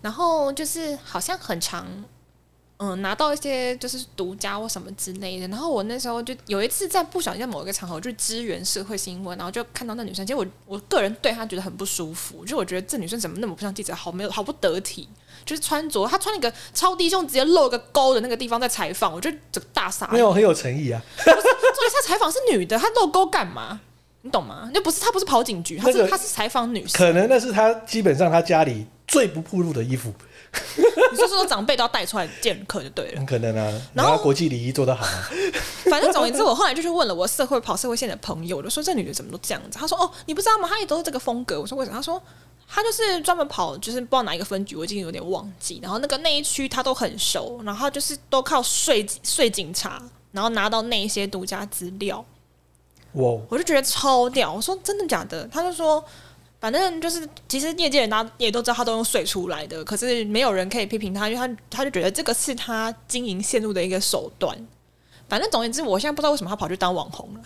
[SPEAKER 2] 然后就是好像很常嗯拿到一些就是独家或什么之类的。然后我那时候就有一次在不小心在某一个场合去支援社会新闻，然后就看到那女生，其实我我个人对她觉得很不舒服，就我觉得这女生怎么那么不像记者，好没有好不得体。就是穿着，她穿了一个超低胸，直接露个沟的那个地方在采访，我就整个大傻眼
[SPEAKER 1] 没。有很有诚意啊。
[SPEAKER 2] 哎做一下采访是女的，她露沟干嘛？你懂吗？就不是她不是跑警局，她是
[SPEAKER 1] 那个
[SPEAKER 2] 她是采访女生。
[SPEAKER 1] 可能那是他基本上他家里最不铺路的衣服，
[SPEAKER 2] 你说说长辈都要带出来见客就 对了。
[SPEAKER 1] 很可能啊。
[SPEAKER 2] 然
[SPEAKER 1] 然
[SPEAKER 2] 后
[SPEAKER 1] 后国际礼仪做得好啊，
[SPEAKER 2] 反正总而言之，我后来就去问了我社会跑社会线的朋友，我就说这女的怎么都这样子。她说哦，你不知道吗？她也都是这个风格。我说为什么？她说她就是专门跑，就是不知道哪一个分局，我已经有点忘记。然后那个那一区她都很熟，然后她就是都靠睡睡警察，然后拿到那一些独家资料。
[SPEAKER 1] 哇，
[SPEAKER 2] 我就觉得超屌。我说真的假的？他就说，反正就是其实业界人大家也都知道他都用水出来的，可是没有人可以批评他，因为他他就觉得这个是他经营线路的一个手段。反正总而言之，我现在不知道为什么他跑去当网红了，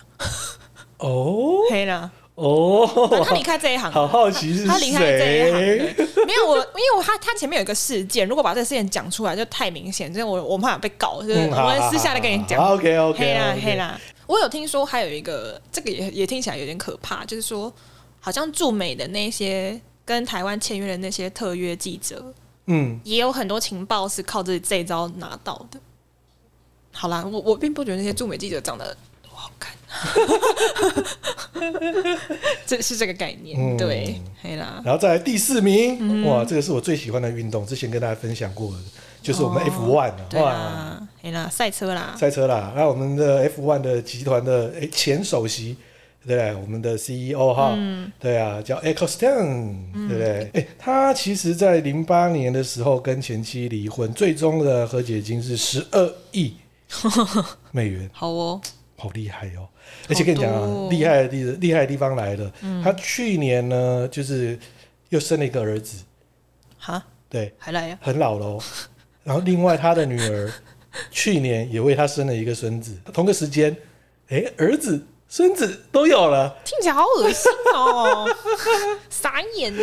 [SPEAKER 1] 哦
[SPEAKER 2] 黑了。 反正他离
[SPEAKER 1] 哦，
[SPEAKER 2] 开这一行了，
[SPEAKER 1] 好好奇是
[SPEAKER 2] 他离开这一行
[SPEAKER 1] 谁？
[SPEAKER 2] 了。没有我，因为我他他前面有一个事件，如果把这个事件讲出来就太明显，所以我我怕被告，就是
[SPEAKER 1] 嗯，
[SPEAKER 2] 我会私下来跟你讲。
[SPEAKER 1] OK
[SPEAKER 2] 黑
[SPEAKER 1] OK
[SPEAKER 2] 啦黑啦，我有听说还有一个，这个也也听起来有点可怕，就是说好像驻美的那些跟台湾签约的那些特约记者，
[SPEAKER 1] 嗯，
[SPEAKER 2] 也有很多情报是靠这这一招拿到的。好啦，我我并不觉得那些驻美记者长得多好看， 这是这个概念，
[SPEAKER 1] 嗯
[SPEAKER 2] 对，黑啦，
[SPEAKER 1] 然后再来第四名，
[SPEAKER 2] 嗯
[SPEAKER 1] 哇，这个是我最喜欢的运动，之前跟大家分享过的，就是我们
[SPEAKER 2] 哦
[SPEAKER 1] F1
[SPEAKER 2] 对啊
[SPEAKER 1] 哇，
[SPEAKER 2] 啦，黑啦，赛车啦，
[SPEAKER 1] 赛车啦。那我们的 F1 的集团的诶前首席。对不对，我们的 CEO 哈，
[SPEAKER 2] 嗯
[SPEAKER 1] 对啊，叫 e c o s t o n 对不对？哎，他其实在零八年的时候跟前妻离婚，最终的和解金是十二 亿美元。
[SPEAKER 2] 好哦，
[SPEAKER 1] 好厉害哦！而且跟你讲
[SPEAKER 2] 好多哦嗯
[SPEAKER 1] 啊，厉害的地厉害的地方来了。他去年呢，就是又生了一个儿子，
[SPEAKER 2] 哈，
[SPEAKER 1] 对，
[SPEAKER 2] 还来啊呀、
[SPEAKER 1] 很老 喽。然后另外他的女儿去年也为他生了一个孙子，同个时间，哎，儿子、孙子都有了，
[SPEAKER 2] 听起来好恶心 哦，傻眼呢。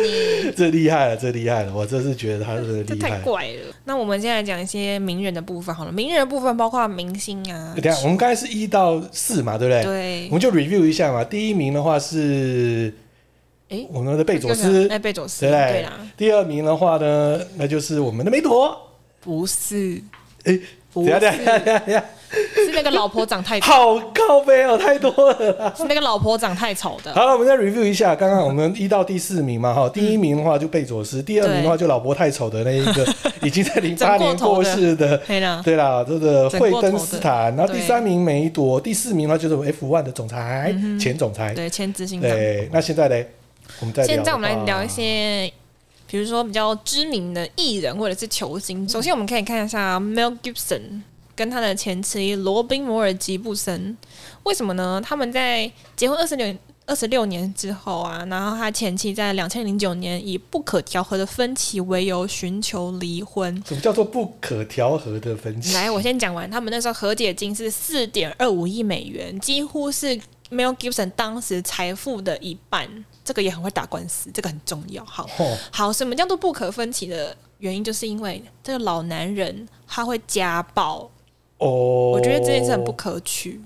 [SPEAKER 1] 这厉害了，这厉害了！我真是觉得他真的
[SPEAKER 2] 这
[SPEAKER 1] 厉
[SPEAKER 2] 太
[SPEAKER 1] 害。
[SPEAKER 2] 怪了。那我们现在讲一些名人的部分好了，名人的部分包括明星啊
[SPEAKER 1] 等，一下，我们刚才是一到四嘛，对不对？
[SPEAKER 2] 对
[SPEAKER 1] 我，们就 review 一下嘛。第一名的话是
[SPEAKER 2] 诶
[SPEAKER 1] 我们的贝佐
[SPEAKER 2] 就是
[SPEAKER 1] 斯，
[SPEAKER 2] 哎，贝佐斯，
[SPEAKER 1] 对不
[SPEAKER 2] 对
[SPEAKER 1] 对
[SPEAKER 2] 啦，？
[SPEAKER 1] 第二名的话呢，那就是我们的梅朵。
[SPEAKER 2] 不是，
[SPEAKER 1] 哎，
[SPEAKER 2] 不
[SPEAKER 1] 等一下等一下
[SPEAKER 2] 是
[SPEAKER 1] 等一下等一下，
[SPEAKER 2] 是那个老婆长太，
[SPEAKER 1] 好靠背哦，太多了啦。
[SPEAKER 2] 是那个老婆长太丑的，
[SPEAKER 1] 好了，我们再 review 一下，刚刚我们一到第四名嘛，
[SPEAKER 2] 嗯
[SPEAKER 1] 哈，第一名的话就贝佐斯，第二名的话就老婆太丑的那一个， 已经在零八
[SPEAKER 2] 整过
[SPEAKER 1] 年
[SPEAKER 2] 头
[SPEAKER 1] 过
[SPEAKER 2] 的
[SPEAKER 1] 世的，
[SPEAKER 2] 对啦，
[SPEAKER 1] 对啦，这个
[SPEAKER 2] 整过
[SPEAKER 1] 惠
[SPEAKER 2] 头的
[SPEAKER 1] 登斯坦，然后第
[SPEAKER 2] 对
[SPEAKER 1] 三名梅朵，第四名呢就是我们 F1 的总裁，前总裁，
[SPEAKER 2] 嗯对，签执行长。
[SPEAKER 1] 对，那现在嘞，我们再聊
[SPEAKER 2] 现在我们
[SPEAKER 1] 的
[SPEAKER 2] 来
[SPEAKER 1] 话
[SPEAKER 2] 聊一些，比如说比较知名的艺人或者是球星。首先，我们可以看一下 Mel Gibson 跟他的前妻罗宾摩尔吉布森。为什么呢？他们在结婚二十六二十六年之后啊，然后他前妻在两千零九年以不可调和的分歧为由寻求离婚。
[SPEAKER 1] 什么叫做不可调和的分歧？
[SPEAKER 2] 来，我先讲完。他们那时候和解金是四点二五亿美元，几乎是 Mel Gibson 当时财富的一半。这个也很会打官司，这个很重要。好，
[SPEAKER 1] 哦
[SPEAKER 2] 好，什么叫做不可分歧的原因，就是因为这个老男人他会家暴，
[SPEAKER 1] 哦，
[SPEAKER 2] 我
[SPEAKER 1] 我
[SPEAKER 2] 觉得这件事很不可取。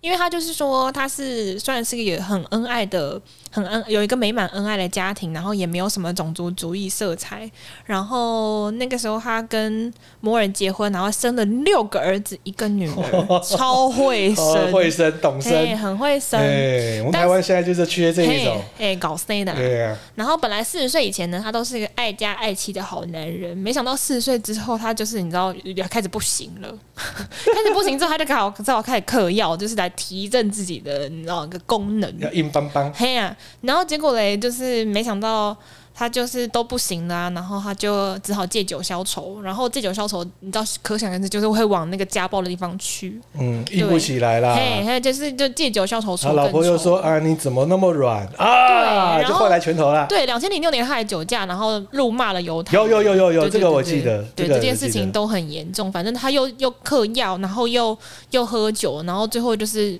[SPEAKER 2] 因为他就是说，他是虽然是一个很恩爱的、很恩有一个美满恩爱的家庭，然后也没有什么种族主义色彩。然后那个时候他跟摩尔结婚，然后生了六个儿子一个女儿， 超会
[SPEAKER 1] 哦
[SPEAKER 2] 生，
[SPEAKER 1] 会生懂生，
[SPEAKER 2] 嘿很会生，
[SPEAKER 1] 哎，我们
[SPEAKER 2] 但
[SPEAKER 1] 台湾现在就是缺这一种
[SPEAKER 2] 嘿，，哎，搞 C 的啦，
[SPEAKER 1] 对啊，
[SPEAKER 2] 然后本来四十岁以前呢，他都是一个爱家爱妻的好男人，没想到四十岁之后，他就是你知道开始不行了， 开始不行之后，他就开始只好开始嗑药，就是来提振自己的你知道一个功能。
[SPEAKER 1] 哎要硬邦邦，
[SPEAKER 2] 嘿呀、然后结果嘞，就是没想到他就是都不行啦、然后他就只好借酒消愁，然后借酒消愁，你知道，可想而知就是会往那个家暴的地方去，
[SPEAKER 1] 嗯，硬不起来啦。
[SPEAKER 2] 嘿，还有就是就借酒消愁
[SPEAKER 1] 他
[SPEAKER 2] 愁更
[SPEAKER 1] 老婆又
[SPEAKER 2] 愁
[SPEAKER 1] 说啊，你怎么那么软啊？
[SPEAKER 2] 对然
[SPEAKER 1] 就
[SPEAKER 2] 后
[SPEAKER 1] 换来拳头啦。
[SPEAKER 2] 对，两千零六年他还酒驾，然后辱骂了犹太人。
[SPEAKER 1] 有有有有有，
[SPEAKER 2] 对
[SPEAKER 1] 这
[SPEAKER 2] 对
[SPEAKER 1] 个我
[SPEAKER 2] 对
[SPEAKER 1] 记得，
[SPEAKER 2] 对
[SPEAKER 1] 个
[SPEAKER 2] 这件
[SPEAKER 1] 我记
[SPEAKER 2] 事情
[SPEAKER 1] 得
[SPEAKER 2] 都很严重。反正他又又嗑药，然后又又喝酒，然后最后就是嘖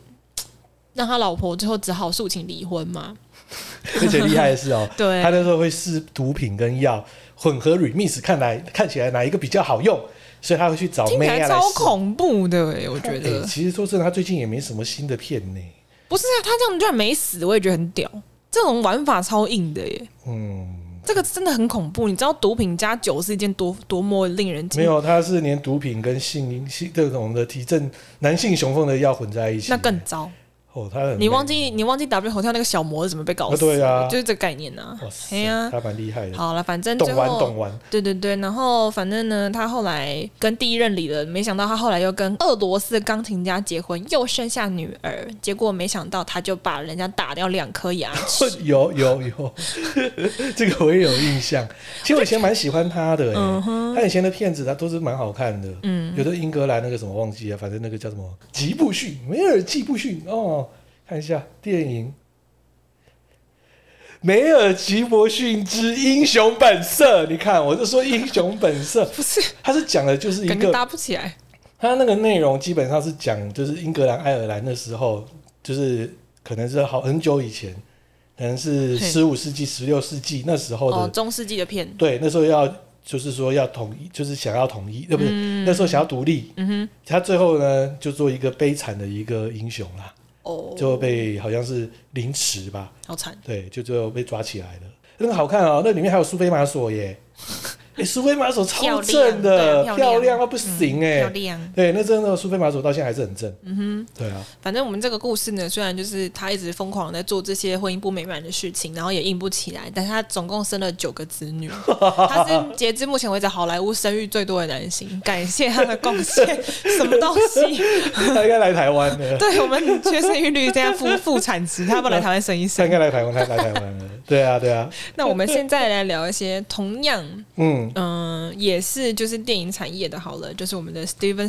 [SPEAKER 2] 让他老婆最后只好诉请离婚嘛。，
[SPEAKER 1] 而且厉害的是哦
[SPEAKER 2] 对
[SPEAKER 1] 他那时候会试毒品跟药混合 remix，看来看起来哪一个比较好用，所以他会去找
[SPEAKER 2] 听
[SPEAKER 1] 妹
[SPEAKER 2] 起
[SPEAKER 1] 啊
[SPEAKER 2] 来
[SPEAKER 1] 来
[SPEAKER 2] 超
[SPEAKER 1] 试。
[SPEAKER 2] 恐怖的、欸，我觉
[SPEAKER 1] 哎
[SPEAKER 2] 得、
[SPEAKER 1] 其实说真的，他最近也没什么新的片呢。
[SPEAKER 2] 不是啊，他这样居然没死，我也觉得很屌。这种玩法超硬的耶，
[SPEAKER 1] 嗯，
[SPEAKER 2] 这个真的很恐怖。你知道毒品加酒是一件多多么令人惊
[SPEAKER 1] 没有，他是连毒品跟性性这种的提振男性雄风的药混在一起，
[SPEAKER 2] 那更糟。
[SPEAKER 1] 哦，他很
[SPEAKER 2] 你忘记你忘记 W 头跳那个小魔是怎么被搞
[SPEAKER 1] 啊
[SPEAKER 2] 死的？
[SPEAKER 1] 对啊
[SPEAKER 2] 就是这个概念啊
[SPEAKER 1] 哇。
[SPEAKER 2] 哎
[SPEAKER 1] 塞，
[SPEAKER 2] 呀、
[SPEAKER 1] 他蛮厉害的，
[SPEAKER 2] 好了，反正最
[SPEAKER 1] 懂玩
[SPEAKER 2] 后
[SPEAKER 1] 懂玩，
[SPEAKER 2] 对对对，然后反正呢，他后来跟第一任离了，没想到他后来又跟俄罗斯的钢琴家结婚，又生下女儿，结果没想到他就把人家打掉两颗牙齿。
[SPEAKER 1] 有有有， 这个我也有印象。其实我以前蛮喜欢他的、欸，
[SPEAKER 2] 嗯哼，
[SPEAKER 1] 他以前的片子他都是蛮好看的，
[SPEAKER 2] 嗯
[SPEAKER 1] 有的英格兰那个什么忘记了，反正那个叫什么吉布逊，梅尔吉布逊哦，看一下电影《梅尔吉伯逊之英雄本色》，你看我就说英雄本色，
[SPEAKER 2] 不是，
[SPEAKER 1] 他是讲的就是一
[SPEAKER 2] 感觉
[SPEAKER 1] 个
[SPEAKER 2] 搭不起来。
[SPEAKER 1] 他那个内容基本上是讲，就是英格兰、爱尔兰的时候，就是可能是好很久以前，可能是
[SPEAKER 2] 嘿
[SPEAKER 1] 十五世纪、十六世纪那时候的，
[SPEAKER 2] 哦，中世纪的片，
[SPEAKER 1] 对，那时候要就是说要统一，就是想要统一，对不对？
[SPEAKER 2] 嗯
[SPEAKER 1] 那时候想要独立，
[SPEAKER 2] 嗯哼，
[SPEAKER 1] 他最后呢就做一个悲惨的一个英雄啦，
[SPEAKER 2] 哦，
[SPEAKER 1] 最后被好像是凌迟吧，
[SPEAKER 2] 好惨，
[SPEAKER 1] 对，就最后被抓起来了。那个好看哦，那里面还有苏菲玛索耶， 哎、苏菲玛索超正的，
[SPEAKER 2] 漂亮对啊漂亮
[SPEAKER 1] 漂亮到不行哎、
[SPEAKER 2] 漂亮。
[SPEAKER 1] 对，那真的苏菲玛索到现在还是很正。
[SPEAKER 2] 嗯哼，
[SPEAKER 1] 对啊，
[SPEAKER 2] 反正我们这个故事呢，虽然就是他一直疯狂地在做这些婚姻不美满的事情，然后也硬不起来，但是他总共生了九个子 女，他是截至目前为止好莱坞生育最多的男星，感谢他的贡献。 什么东西？
[SPEAKER 1] 他应该来台湾的，
[SPEAKER 2] 对我们缺生育率这样负负产值，他不来台湾生一
[SPEAKER 1] 他 应
[SPEAKER 2] 生。
[SPEAKER 1] 该来台湾，他来台湾了。对啊，对啊，
[SPEAKER 2] 那我们现在来聊一些同样
[SPEAKER 1] 嗯，
[SPEAKER 2] 嗯，也是就是电影产业的，好了，就是我们的 Steven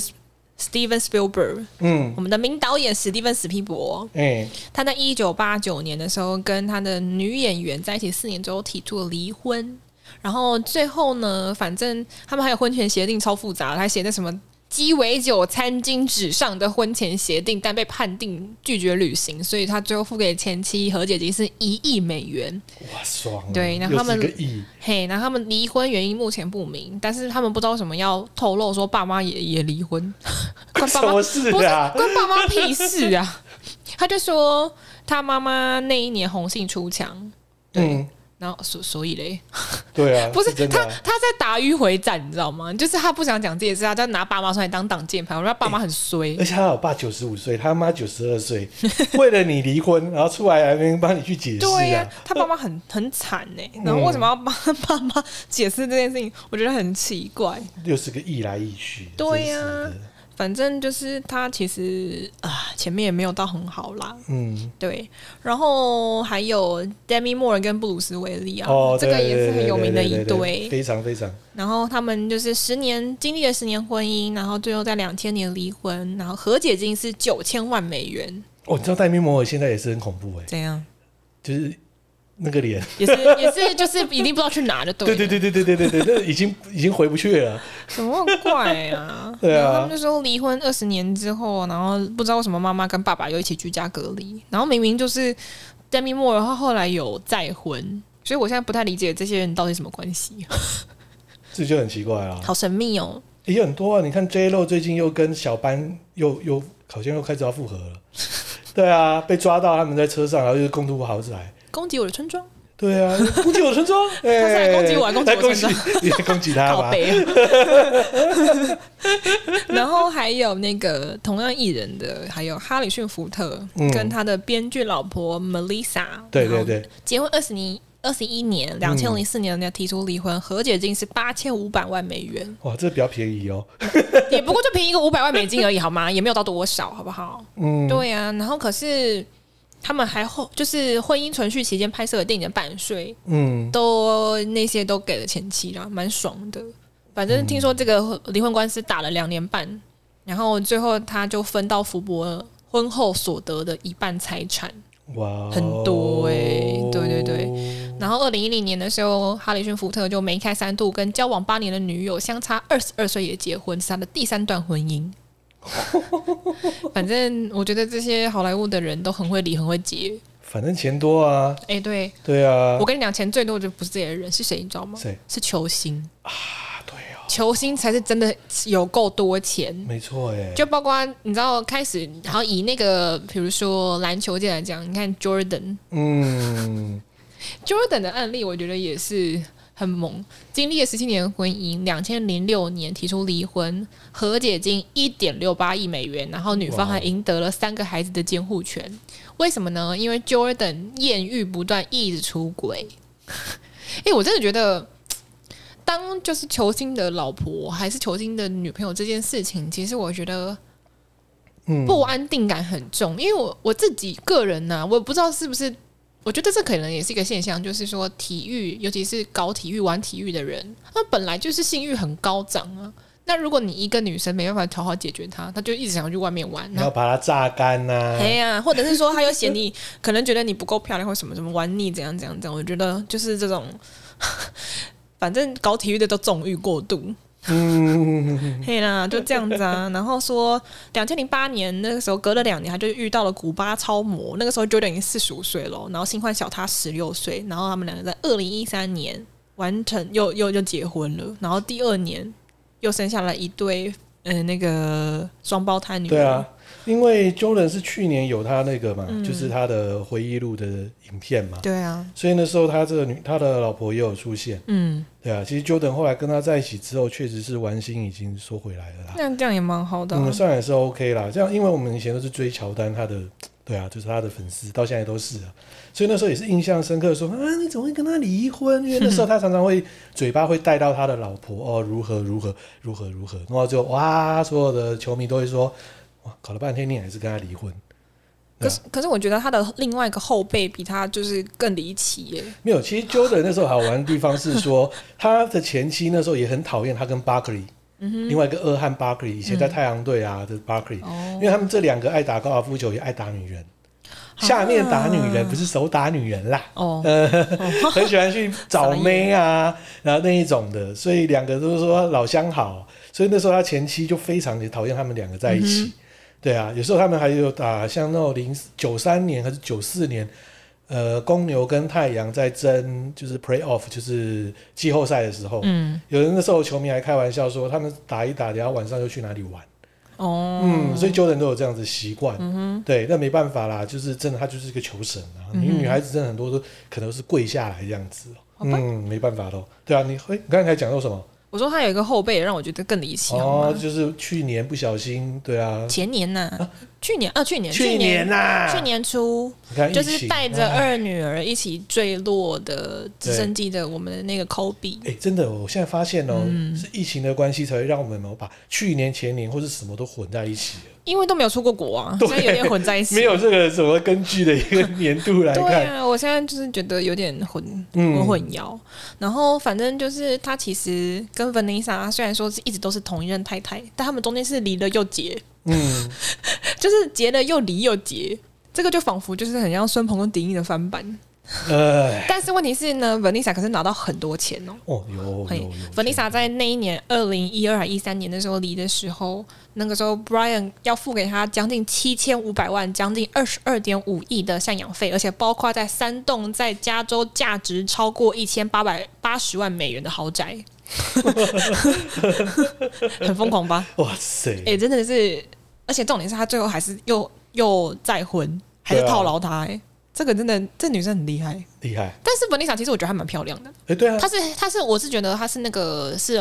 [SPEAKER 2] Steven Spielberg，
[SPEAKER 1] 嗯，
[SPEAKER 2] 我们的名导演史蒂芬史皮博，
[SPEAKER 1] 哎、
[SPEAKER 2] 他在一九八九年的时候跟他的女演员在一起四年之后提出了离婚，然后最后呢，反正他们还有婚前协定超复杂，还写的什么。鸡尾酒、餐巾纸上的婚前协定，但被判定拒绝履行，所以他最后付给前妻和解金是一亿美元。
[SPEAKER 1] 哇，爽啊！
[SPEAKER 2] 对然后
[SPEAKER 1] 又
[SPEAKER 2] 他
[SPEAKER 1] 是
[SPEAKER 2] 们
[SPEAKER 1] 一个亿，
[SPEAKER 2] 嘿，那他们离婚原因目前不明，但是他们不知道为什么要透露说爸妈也也离婚，关
[SPEAKER 1] 什
[SPEAKER 2] 爸妈
[SPEAKER 1] 么
[SPEAKER 2] 不
[SPEAKER 1] 事
[SPEAKER 2] 是
[SPEAKER 1] 啊？
[SPEAKER 2] 关爸妈屁事啊！ 他就说他妈妈那一年红杏出墙，对，
[SPEAKER 1] 嗯，
[SPEAKER 2] 然后所所以嘞，
[SPEAKER 1] 对啊，
[SPEAKER 2] 不是
[SPEAKER 1] 真的
[SPEAKER 2] 他
[SPEAKER 1] 啊、
[SPEAKER 2] 他在打迂回战，你知道吗？就是他不想讲这些事，他就拿爸妈出来当挡箭牌，我说他爸妈很衰。
[SPEAKER 1] 而且他老爸九十五岁，他妈九十二岁，为了你离婚，然后出来还没帮你去解释
[SPEAKER 2] 对呀、
[SPEAKER 1] 啊。
[SPEAKER 2] 他爸妈很很惨呢、然
[SPEAKER 1] 嗯
[SPEAKER 2] 后为什么要帮爸妈解释这件事情？我觉得很奇怪。
[SPEAKER 1] 又是个亿来亿去，
[SPEAKER 2] 对呀
[SPEAKER 1] 真是的
[SPEAKER 2] 反正就是他其实啊，前面也没有到很好啦，
[SPEAKER 1] 嗯，
[SPEAKER 2] 对。然后还有 Demi Moore 跟布鲁斯维利啊，
[SPEAKER 1] 哦，
[SPEAKER 2] 这个
[SPEAKER 1] 对
[SPEAKER 2] 也是很有名的一
[SPEAKER 1] 对对对对对
[SPEAKER 2] 对。
[SPEAKER 1] 非常非常，
[SPEAKER 2] 然后他们就是十年经历了十年婚姻，然后最后在两千年离婚，然后和解金是九千万美元，
[SPEAKER 1] 哦，你知道戴明摩尔现在也是很恐怖哎、
[SPEAKER 2] 怎样？
[SPEAKER 1] 就是那个脸，
[SPEAKER 2] 也是也是就是已经不知道去哪就对
[SPEAKER 1] 对对
[SPEAKER 2] 了，
[SPEAKER 1] 对对对对对对，那已经已经回不去了。
[SPEAKER 2] 怎么那么怪啊？
[SPEAKER 1] 对啊
[SPEAKER 2] 然后他们就说离婚二十年之后，然后不知道为什么妈妈跟爸爸又一起居家隔离，然后明明就是 Demi Moore，然后后来有再婚，所以我现在不太理解这些人到底什么关系，
[SPEAKER 1] 这就很奇怪啦。
[SPEAKER 2] 好神秘哦。
[SPEAKER 1] 也、有很多啊，你看 J Lo 最近又跟小班又又好像又开始要复合了。对啊，被抓到他们在车上，然后就是共度豪宅。
[SPEAKER 2] 攻击我的村庄，
[SPEAKER 1] 对啊，攻击我的村庄，他
[SPEAKER 2] 是来攻击我还攻击我
[SPEAKER 1] 攻击
[SPEAKER 2] 村
[SPEAKER 1] 你还攻击他
[SPEAKER 2] 靠
[SPEAKER 1] 吧？
[SPEAKER 2] 背。
[SPEAKER 1] 嗯
[SPEAKER 2] 然后还有那个同样艺人的，还有哈里逊·福特、
[SPEAKER 1] 嗯
[SPEAKER 2] 跟他的编剧老婆 Melissa，
[SPEAKER 1] 对对
[SPEAKER 2] 然后
[SPEAKER 1] 对，
[SPEAKER 2] 结婚二十年。二十一年，
[SPEAKER 1] 嗯
[SPEAKER 2] 两千零四年呢提出离婚，和解金是八千五百万美元，
[SPEAKER 1] 哇，这比较便宜哦。
[SPEAKER 2] 也不过就便宜个五百万美金而已，好吗？也没有到多少，好不好？
[SPEAKER 1] 嗯，
[SPEAKER 2] 对呀、然后可是他们还后就是婚姻存续期间拍摄的电影的版税，
[SPEAKER 1] 嗯，
[SPEAKER 2] 都那些都给了前妻啦，蛮爽的。反正听说这个离婚官司打了两年半，然后最后他就分到福伯婚后所得的一半财产。
[SPEAKER 1] 哇哦，
[SPEAKER 2] 很多欸对对对然后，二零一零年的时候，哈里逊·福特就梅开三度，跟交往八年的女友相差二十二岁也结婚，是他的第三段 婚姻。反正我觉得这些好莱坞的人都很会离，很会结。
[SPEAKER 1] 反正钱多啊，
[SPEAKER 2] 哎、对
[SPEAKER 1] 对啊，
[SPEAKER 2] 我跟你讲，钱最多的不是这些人，是谁你知道吗？
[SPEAKER 1] 谁
[SPEAKER 2] 是球星，
[SPEAKER 1] 啊，对哦，
[SPEAKER 2] 球星才是真的有够多钱。
[SPEAKER 1] 没错哎，
[SPEAKER 2] 就包括你知道，开始然后以那个比如说篮球界来讲，你看 Jordan，
[SPEAKER 1] 嗯
[SPEAKER 2] Jordan 的案例，我觉得也是很猛。经历了十七年的婚姻，两千零六年提出离婚，和解金一点六八亿美元，然后女方
[SPEAKER 1] 哇
[SPEAKER 2] 还赢得了三个孩子的监护权。为什么呢？因为 Jordan 艳遇不断，一直出轨。 哎、我真的觉得，当就是球星的老婆还是球星的女朋友这件事情，其实我觉得
[SPEAKER 1] 嗯，
[SPEAKER 2] 不安定感很重，因为我我自己个人呢、我不知道是不是，我觉得这可能也是一个现象，就是说体育，尤其是搞体育、玩体育的人，那本来就是性欲很高涨啊。那如果你一个女生没办法好好解决她，她就一直想要去外面玩，
[SPEAKER 1] 你
[SPEAKER 2] 然
[SPEAKER 1] 要
[SPEAKER 2] 后
[SPEAKER 1] 把它榨干啊呐、
[SPEAKER 2] 哎呀，或者是说她 又嫌你，可能觉得你不够漂亮或什么什么玩腻，怎样怎样怎样。我觉得就是这种， 反正搞体育的都纵欲过度。
[SPEAKER 1] 嗯，
[SPEAKER 2] 嘿啦，就这样子啊。然后说，两千零八年那个时候，隔了两年，他就遇到了古巴超模。那个时候 Jordan 已经四十五岁了，然后新欢小他十六岁，然后他们两个在二零一三年完成又又又结婚了，然后第二年又生下了一对呃那个双胞胎女儿。
[SPEAKER 1] 对啊，因为 Jordan 是去年有他那个嘛，就是他的回忆录的影片嘛，
[SPEAKER 2] 对啊，
[SPEAKER 1] 所以那时候他这个女他的老婆也有出现，
[SPEAKER 2] 嗯，
[SPEAKER 1] 对啊，其实 Jordan 后来跟他在一起之后，确实是玩心已经收回来了啦，
[SPEAKER 2] 那这样也蛮好的啊、
[SPEAKER 1] 嗯，算也是 OK 啦，这样因为我们以前都是追乔丹他的。对啊，就是他的粉丝，到现在都是啊，所以那时候也是印象深刻说啊，你怎么会跟他离婚？因为那时候他常常会嘴巴会带到他的老婆哦，如何如何如何如何，然后就哇，所有的球迷都会说哇，搞了半天你还是跟他离婚，对
[SPEAKER 2] 可
[SPEAKER 1] 啊
[SPEAKER 2] 是，可是我觉得他的另外一个后辈比他就是更离奇耶。
[SPEAKER 1] 没有，其实 Jordan 那时候好玩的地方是说，他的前妻那时候也很讨厌他跟 Barkley，、另外一个二汉 Barkley，以前在太阳队啊的 Barkley，、因
[SPEAKER 2] 哦，
[SPEAKER 1] 为他们这两个爱打高尔夫球，也爱打女人，下面打女人不是手打女人啦，
[SPEAKER 2] 哦，
[SPEAKER 1] 很喜欢去找妹啊，然后那一种的，所以两个都是说老相好，所以那时候他前妻就非常讨厌他们两个在一起。对啊，有时候他们还有打像那种零九三年还是九四年，呃，公牛跟太阳在争就是 playoff 就是季后赛的时候，
[SPEAKER 2] 嗯，
[SPEAKER 1] 有人那时候球迷还开玩笑说他们打一打，然后晚上就去哪里玩。
[SPEAKER 2] 哦，
[SPEAKER 1] 嗯，所以 Jordan 都有这样子习惯，
[SPEAKER 2] 嗯
[SPEAKER 1] 对，那没办法啦，就是真的，他就是一个球神啊。女、女孩子真的很多都可能是跪下来这样子哦、
[SPEAKER 2] 嗯好吧
[SPEAKER 1] 嗯，没办法咯。对啊，你会、你刚才讲到什么？
[SPEAKER 2] 我说他有一个后辈，让我觉得更离奇。好
[SPEAKER 1] 哦
[SPEAKER 2] 吗，
[SPEAKER 1] 就是去年不小心，对啊，
[SPEAKER 2] 前年呐、去年啊，去年，
[SPEAKER 1] 去年啊
[SPEAKER 2] 年，
[SPEAKER 1] 呐、
[SPEAKER 2] 去年初，
[SPEAKER 1] 你看疫
[SPEAKER 2] 就
[SPEAKER 1] 情
[SPEAKER 2] 是带着
[SPEAKER 1] 哎
[SPEAKER 2] 二女儿一起坠落的直
[SPEAKER 1] 对
[SPEAKER 2] 升机的我们的那个 Kobe。
[SPEAKER 1] 哎、真的，我现在发现哦、
[SPEAKER 2] 嗯
[SPEAKER 1] 是疫情的关系才会让我们哦把去年、前年或是什么都混在一起了，
[SPEAKER 2] 因为都没有出过国啊，所以有点混在一起。
[SPEAKER 1] 没有这个什么根据的一个年度来
[SPEAKER 2] 对
[SPEAKER 1] 看，
[SPEAKER 2] 啊，我现在就是觉得有点混，
[SPEAKER 1] 嗯
[SPEAKER 2] 我混淆。然后反正就是他其实跟 Vanessa 虽然说是一直都是同一任太太，但他们中间是离了又结，
[SPEAKER 1] 嗯，
[SPEAKER 2] 就是结了又离又结，这个就仿佛就是很像孙鹏跟鼎义的翻版。
[SPEAKER 1] 呃，
[SPEAKER 2] 但是问题是呢，Vanessa 可是拿到很多钱哦。
[SPEAKER 1] 哦，有有
[SPEAKER 2] 嘿
[SPEAKER 1] 有有
[SPEAKER 2] ，Vanessa 在那一年二零一二啊还一三年的时候离的时候，那个时候 Brian 要付给他将近七千五百万，将近二十二点五亿的赡养费，而且包括在三栋在加州价值超过一千八百八十万美元的豪宅， 很疯 狂吧？
[SPEAKER 1] 哇塞，
[SPEAKER 2] 哎、真的是，而且重点是他最后还是又又再婚，还是
[SPEAKER 1] 对啊
[SPEAKER 2] 套牢他、哎，这个真的，这女生很厉害。
[SPEAKER 1] 厉害！
[SPEAKER 2] 但是 Vanessa 其实我觉得还蛮漂亮的。
[SPEAKER 1] 哎、对啊，
[SPEAKER 2] 她是她是我是觉得她是那个是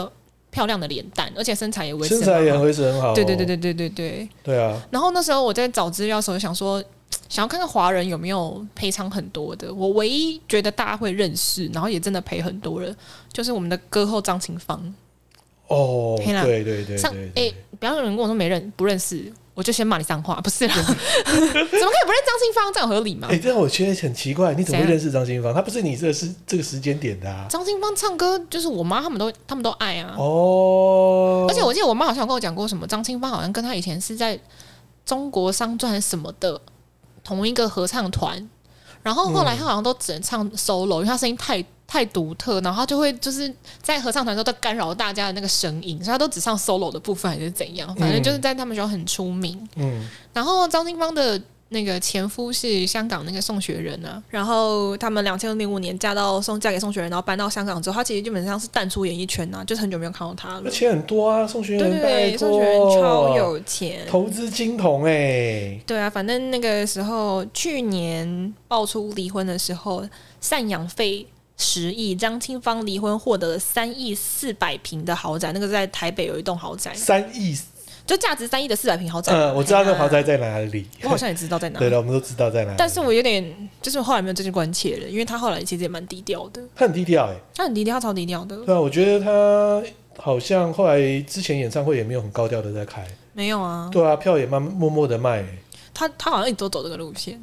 [SPEAKER 2] 漂亮的脸蛋，而且身材也维持
[SPEAKER 1] 身
[SPEAKER 2] 得
[SPEAKER 1] 材也
[SPEAKER 2] 蛮好
[SPEAKER 1] 维持很好、哦。
[SPEAKER 2] 对对对对对对对。
[SPEAKER 1] 对啊，
[SPEAKER 2] 然后那时候我在找资料的时候，想说想要看看华人有没有赔偿很多的。我唯一觉得大家会认识，然后也真的赔很多人，就是我们的歌后张清芳。
[SPEAKER 1] 哦，
[SPEAKER 2] 黑啦
[SPEAKER 1] 对对对
[SPEAKER 2] 上
[SPEAKER 1] 对
[SPEAKER 2] 哎、
[SPEAKER 1] 对，
[SPEAKER 2] 不要有人跟我说没认不认识，我就先骂你脏话，不是 啦？怎么可以不认张清芳？这样有合理吗
[SPEAKER 1] 哎、？但我觉得很奇怪，你怎么会
[SPEAKER 2] 怎样
[SPEAKER 1] 认识张清芳？他不是你这个时这个时间点的啊？
[SPEAKER 2] 张清芳唱歌就是我妈他们都他们都爱啊，
[SPEAKER 1] 哦，
[SPEAKER 2] 而且我记得我妈好像跟我讲过什么，张清芳好像跟她以前是在中国商传还是什么的同一个合唱团，然后后来她好像都只能唱 solo，因为她声音太太独特，然后她就会就是在合唱团的时候都干扰大家的那个声音，所以她都只唱 solo 的部分还是怎样，反正就是在他们学校很出名。
[SPEAKER 1] 嗯，
[SPEAKER 2] 然后张清芳的那个前夫是香港那个宋学仁啊，然后他们两千零五年嫁到宋嫁给宋学仁，然后搬到香港之后，他其实基本上是淡出演艺圈呐、就是很久没有看到他了
[SPEAKER 1] 那。钱很多啊，宋学
[SPEAKER 2] 对
[SPEAKER 1] 仁，
[SPEAKER 2] 对
[SPEAKER 1] 拜
[SPEAKER 2] 对，
[SPEAKER 1] 托
[SPEAKER 2] 宋学仁超有钱。
[SPEAKER 1] 投资金童哎、
[SPEAKER 2] 对啊，反正那个时候去年爆出离婚的时候，赡养费十亿，张清芳离婚获得了三亿四百平的豪宅，那个在台北有一栋豪宅，
[SPEAKER 1] 三亿，
[SPEAKER 2] 就价值三亿的四百平豪宅。
[SPEAKER 1] 嗯，我知道那
[SPEAKER 2] 哎呀
[SPEAKER 1] 豪宅，在哪里。
[SPEAKER 2] 我好 像也知道在哪。
[SPEAKER 1] 对了，我们都知道在哪里。
[SPEAKER 2] 但是我有点，就是后来没有最近关切了，因为他后来其实也蛮低调的，
[SPEAKER 1] 他很低调哎、
[SPEAKER 2] 他很低调，他超低调的，
[SPEAKER 1] 对啊，我觉得他好像后来之前演唱会也没有很高调的在开，
[SPEAKER 2] 没有啊，
[SPEAKER 1] 对啊，票也慢默默的卖、欸。
[SPEAKER 2] 他他好像一直都走这个路线，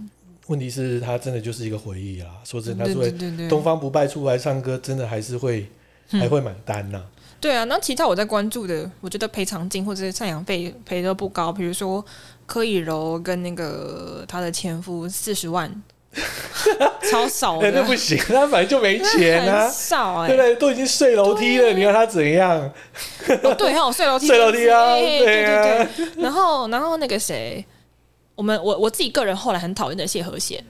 [SPEAKER 1] 问题是，他真的就是一个回忆啦。说真的，他
[SPEAKER 2] 对
[SPEAKER 1] 是
[SPEAKER 2] 对
[SPEAKER 1] 会
[SPEAKER 2] 对嗯
[SPEAKER 1] 东
[SPEAKER 2] 对，
[SPEAKER 1] 方不败出来唱歌，真的还是会还会买单呐、
[SPEAKER 2] 对啊。那其他我在关注的，我觉得赔偿金或者是赡养费赔的不高，比如说柯以柔跟那个她的前夫四十万，超少
[SPEAKER 1] 哎、
[SPEAKER 2] 的，
[SPEAKER 1] 那不行，他本来就没钱
[SPEAKER 2] 哦啊那
[SPEAKER 1] 啊
[SPEAKER 2] 很，少哎、
[SPEAKER 1] 对不对？都已经睡楼梯
[SPEAKER 2] 啊
[SPEAKER 1] 了，你让他怎样？
[SPEAKER 2] 哦，对，还有睡楼梯，
[SPEAKER 1] 睡楼梯啊
[SPEAKER 2] 对
[SPEAKER 1] 对啊
[SPEAKER 2] 对对对。然后，然后那个谁，我们我我自己个人后来很讨厌的谢和弦，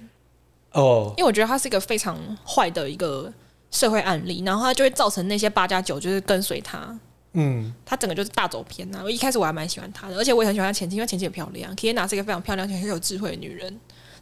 [SPEAKER 1] 哦，
[SPEAKER 2] 因为我觉得他是一个非常坏的一个社会案例，然后他就会造成那些八加九就是跟随他，
[SPEAKER 1] 嗯，
[SPEAKER 2] 他整个就是大走偏啊呐、我一开始我还蛮喜欢他的，而且我也很喜欢他前妻，因为前妻很漂亮，Kiana 是一个非常漂亮且很有智慧的女人。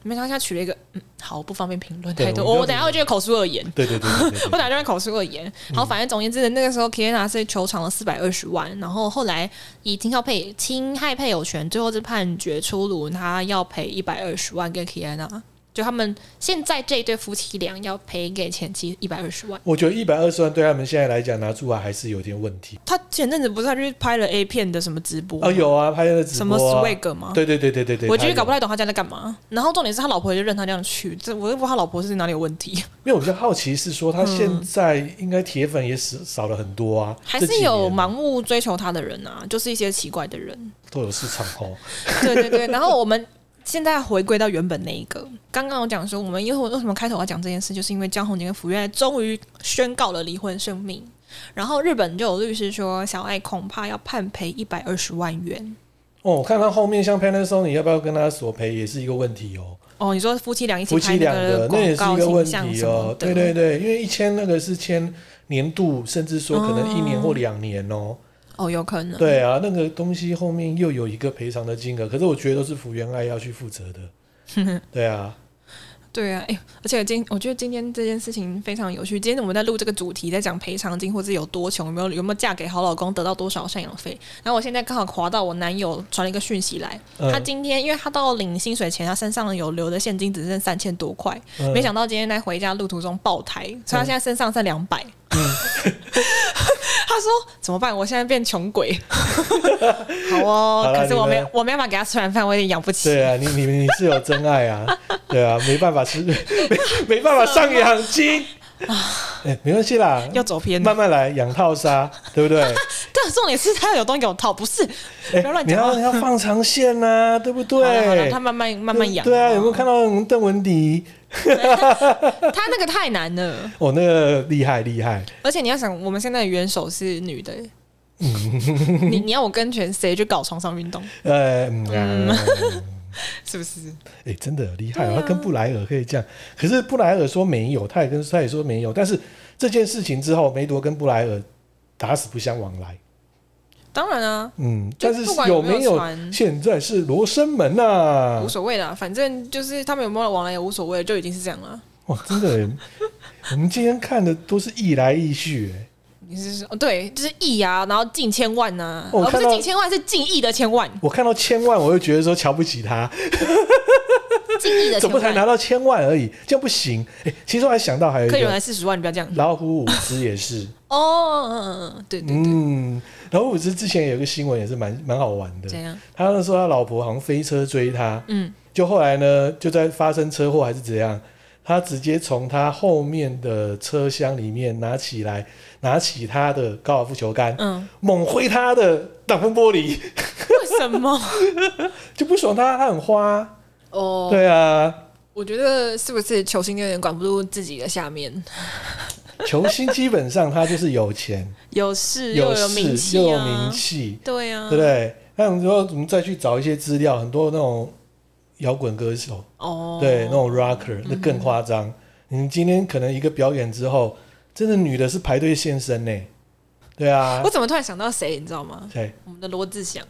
[SPEAKER 2] 没想到她娶了一个，嗯，好我不方便评论
[SPEAKER 1] 对
[SPEAKER 2] 太多，
[SPEAKER 1] 我们
[SPEAKER 2] 我
[SPEAKER 1] 不要
[SPEAKER 2] 我等一下会觉得口出恶 言。
[SPEAKER 1] 对对对对对
[SPEAKER 2] 我打算口出恶言。然后反正总而言之，那个时候 Kiana 是求偿了四百二十万，然后后来以侵害配侵害配偶权，最后是判决出炉，他要赔一百二十万给 Kiana。就他们现在这一对夫妻俩要赔给前妻一百二十万。
[SPEAKER 1] 我觉得一百二十万对他们现在来讲拿出来还是有点问题。
[SPEAKER 2] 他前阵子不是他去拍了 A 片的什么直播
[SPEAKER 1] 哦，有啊，拍的直播、啊、
[SPEAKER 2] 什么 swag 吗？
[SPEAKER 1] 对对对对对对，
[SPEAKER 2] 我就是
[SPEAKER 1] 拍
[SPEAKER 2] 搞不
[SPEAKER 1] 了
[SPEAKER 2] 太懂他家在干嘛。然后重点是他老婆就任他这样去，这我又不知道他老婆是哪里有问 题，
[SPEAKER 1] 因为我比较好奇是说，
[SPEAKER 2] 嗯
[SPEAKER 1] 他现在应该铁粉也少少了很多啊，
[SPEAKER 2] 还
[SPEAKER 1] 这几
[SPEAKER 2] 是有
[SPEAKER 1] 年
[SPEAKER 2] 盲目追求他的人啊，就是一些奇怪的人。
[SPEAKER 1] 都有市场哦。
[SPEAKER 2] 对对对，然后我们现在回归到原本那一个，刚刚我讲说，我们因为为什么开头要讲这件事，就是因为江宏杰跟福原爱终于宣告了离婚声明，然后日本就有律师说，小爱恐怕要判赔一百二十万元。
[SPEAKER 1] 哦，我看他后面像 Panasonic 要不要跟他索赔也是一个问题哦，
[SPEAKER 2] 哦，你说夫妻俩一起
[SPEAKER 1] 夫
[SPEAKER 2] 拍
[SPEAKER 1] 妻两
[SPEAKER 2] 个
[SPEAKER 1] 个那也
[SPEAKER 2] 广
[SPEAKER 1] 是一
[SPEAKER 2] 告
[SPEAKER 1] 个问
[SPEAKER 2] 形象
[SPEAKER 1] 题
[SPEAKER 2] 什
[SPEAKER 1] 哦
[SPEAKER 2] 么。
[SPEAKER 1] 对
[SPEAKER 2] 的，
[SPEAKER 1] 对对，因为一签那个是签年度，甚至说可能一年或两年哦。
[SPEAKER 2] 哦，有可能。
[SPEAKER 1] 对啊，那个东西后面又有一个赔偿的金额，可是我觉得都是福原爱要去负责的。 对啊，
[SPEAKER 2] 对啊，哎、而且今我觉得今天这件事情非常有趣。今天我们在录这个主题，在讲赔偿金或是有多穷，有没有有没有嫁给好老公得到多少赡养费。然后我现在刚好划到我男友传了一个讯息来，
[SPEAKER 1] 嗯
[SPEAKER 2] 他今天因为他到领薪水前，他身上有留的现金只剩三千多块，
[SPEAKER 1] 嗯
[SPEAKER 2] 没想到今天在回家路途中爆胎，所以他现在身上剩两百。
[SPEAKER 1] 嗯
[SPEAKER 2] 他说怎么办？我现在变穷鬼。 好哦
[SPEAKER 1] 好，啦
[SPEAKER 2] 可是我
[SPEAKER 1] 你
[SPEAKER 2] 没
[SPEAKER 1] 们
[SPEAKER 2] 我没办法给他吃完饭，我有点养不起。
[SPEAKER 1] 对啊，你你你是有真爱啊，对啊，没办法吃， 没没办法 上
[SPEAKER 2] 啊
[SPEAKER 1] 养金。哎，没关系啦，
[SPEAKER 2] 要走偏了
[SPEAKER 1] 慢慢来，养套杀，对不对？
[SPEAKER 2] 但重点是他有东西给我套，不是？
[SPEAKER 1] 哎
[SPEAKER 2] 不要乱
[SPEAKER 1] 你
[SPEAKER 2] 讲话
[SPEAKER 1] 要你要放长线 呐，对不
[SPEAKER 2] 好了好了
[SPEAKER 1] 对？
[SPEAKER 2] 他慢慢慢慢养。哦
[SPEAKER 1] 对啊，有没有看到邓文迪？
[SPEAKER 2] 他那个太难了，
[SPEAKER 1] 哦，那个厉害厉害，
[SPEAKER 2] 而且你要想，我们现在的元首是 女的、你你要我跟全谁去搞床上运动，
[SPEAKER 1] 呃，嗯啊
[SPEAKER 2] 是不是？
[SPEAKER 1] 哎、真的厉
[SPEAKER 2] 啊
[SPEAKER 1] 害、哦，他跟布莱尔可以这样。可是布莱尔说没有，他也跟他也说没有。但是这件事情之后，梅朵跟布莱尔打死不相往来。
[SPEAKER 2] 当然啊，
[SPEAKER 1] 嗯，
[SPEAKER 2] 就
[SPEAKER 1] 但是
[SPEAKER 2] 不管
[SPEAKER 1] 有
[SPEAKER 2] 有没
[SPEAKER 1] 没
[SPEAKER 2] 有
[SPEAKER 1] 有？
[SPEAKER 2] 传
[SPEAKER 1] 现在是罗生门啊呐、
[SPEAKER 2] 无所谓啦，反正就是他们有没有往来也无所谓，就已经是这样了。
[SPEAKER 1] 哇，真的耶，我们今天看的都是一来一去耶。
[SPEAKER 2] 你是说哦，对，就是亿啊，然后近千万呐、
[SPEAKER 1] 哦我
[SPEAKER 2] 而不
[SPEAKER 1] 看
[SPEAKER 2] 是
[SPEAKER 1] 到
[SPEAKER 2] 近千万，是近亿的千万，
[SPEAKER 1] 我看到千万，我会觉得说瞧不起他。
[SPEAKER 3] 尽力的
[SPEAKER 1] 怎
[SPEAKER 3] 千
[SPEAKER 1] 么才
[SPEAKER 3] 万。
[SPEAKER 1] 拿到千万而已？这样不行。哎、其实我还想到还有一
[SPEAKER 2] 可以有
[SPEAKER 1] 个
[SPEAKER 2] 人四十万，你不要这样。
[SPEAKER 1] 老虎舞狮也 是，
[SPEAKER 2] 哦，嗯嗯嗯，对对对，
[SPEAKER 1] 嗯，老虎舞狮之前有一个新闻也是蛮蛮好玩的
[SPEAKER 2] 怎，样？
[SPEAKER 1] 他那时候他老婆好像飞车追他，
[SPEAKER 2] 嗯，
[SPEAKER 1] 就后来呢，就在发生车祸还是怎样，他直接从他后面的车厢里面拿起来，拿起他的高尔夫球杆，
[SPEAKER 2] 嗯，
[SPEAKER 1] 猛挥他的挡风玻璃，
[SPEAKER 2] 为 什么？
[SPEAKER 1] 就不爽他，他很花啊，
[SPEAKER 2] 哦，
[SPEAKER 1] 对啊，
[SPEAKER 2] 我觉得是不是球星有点管不住自己的下面，
[SPEAKER 1] 球星基本上他就是有钱，
[SPEAKER 2] 有势 又
[SPEAKER 1] 有
[SPEAKER 2] 有名
[SPEAKER 1] 势
[SPEAKER 2] 气
[SPEAKER 1] 又有名
[SPEAKER 2] 啊，
[SPEAKER 1] 气，
[SPEAKER 2] 对啊，
[SPEAKER 1] 对不对？那你说我们再去找一些资料，很多那种摇滚歌手，
[SPEAKER 2] 哦，嗯
[SPEAKER 1] 对，那种 rocker 那更夸张。你今天可能一个表演之后，真的女的是排队现身呢。对啊
[SPEAKER 2] 我，怎么突然想到谁，你知道吗？
[SPEAKER 1] 对，
[SPEAKER 2] 我们的罗 志祥，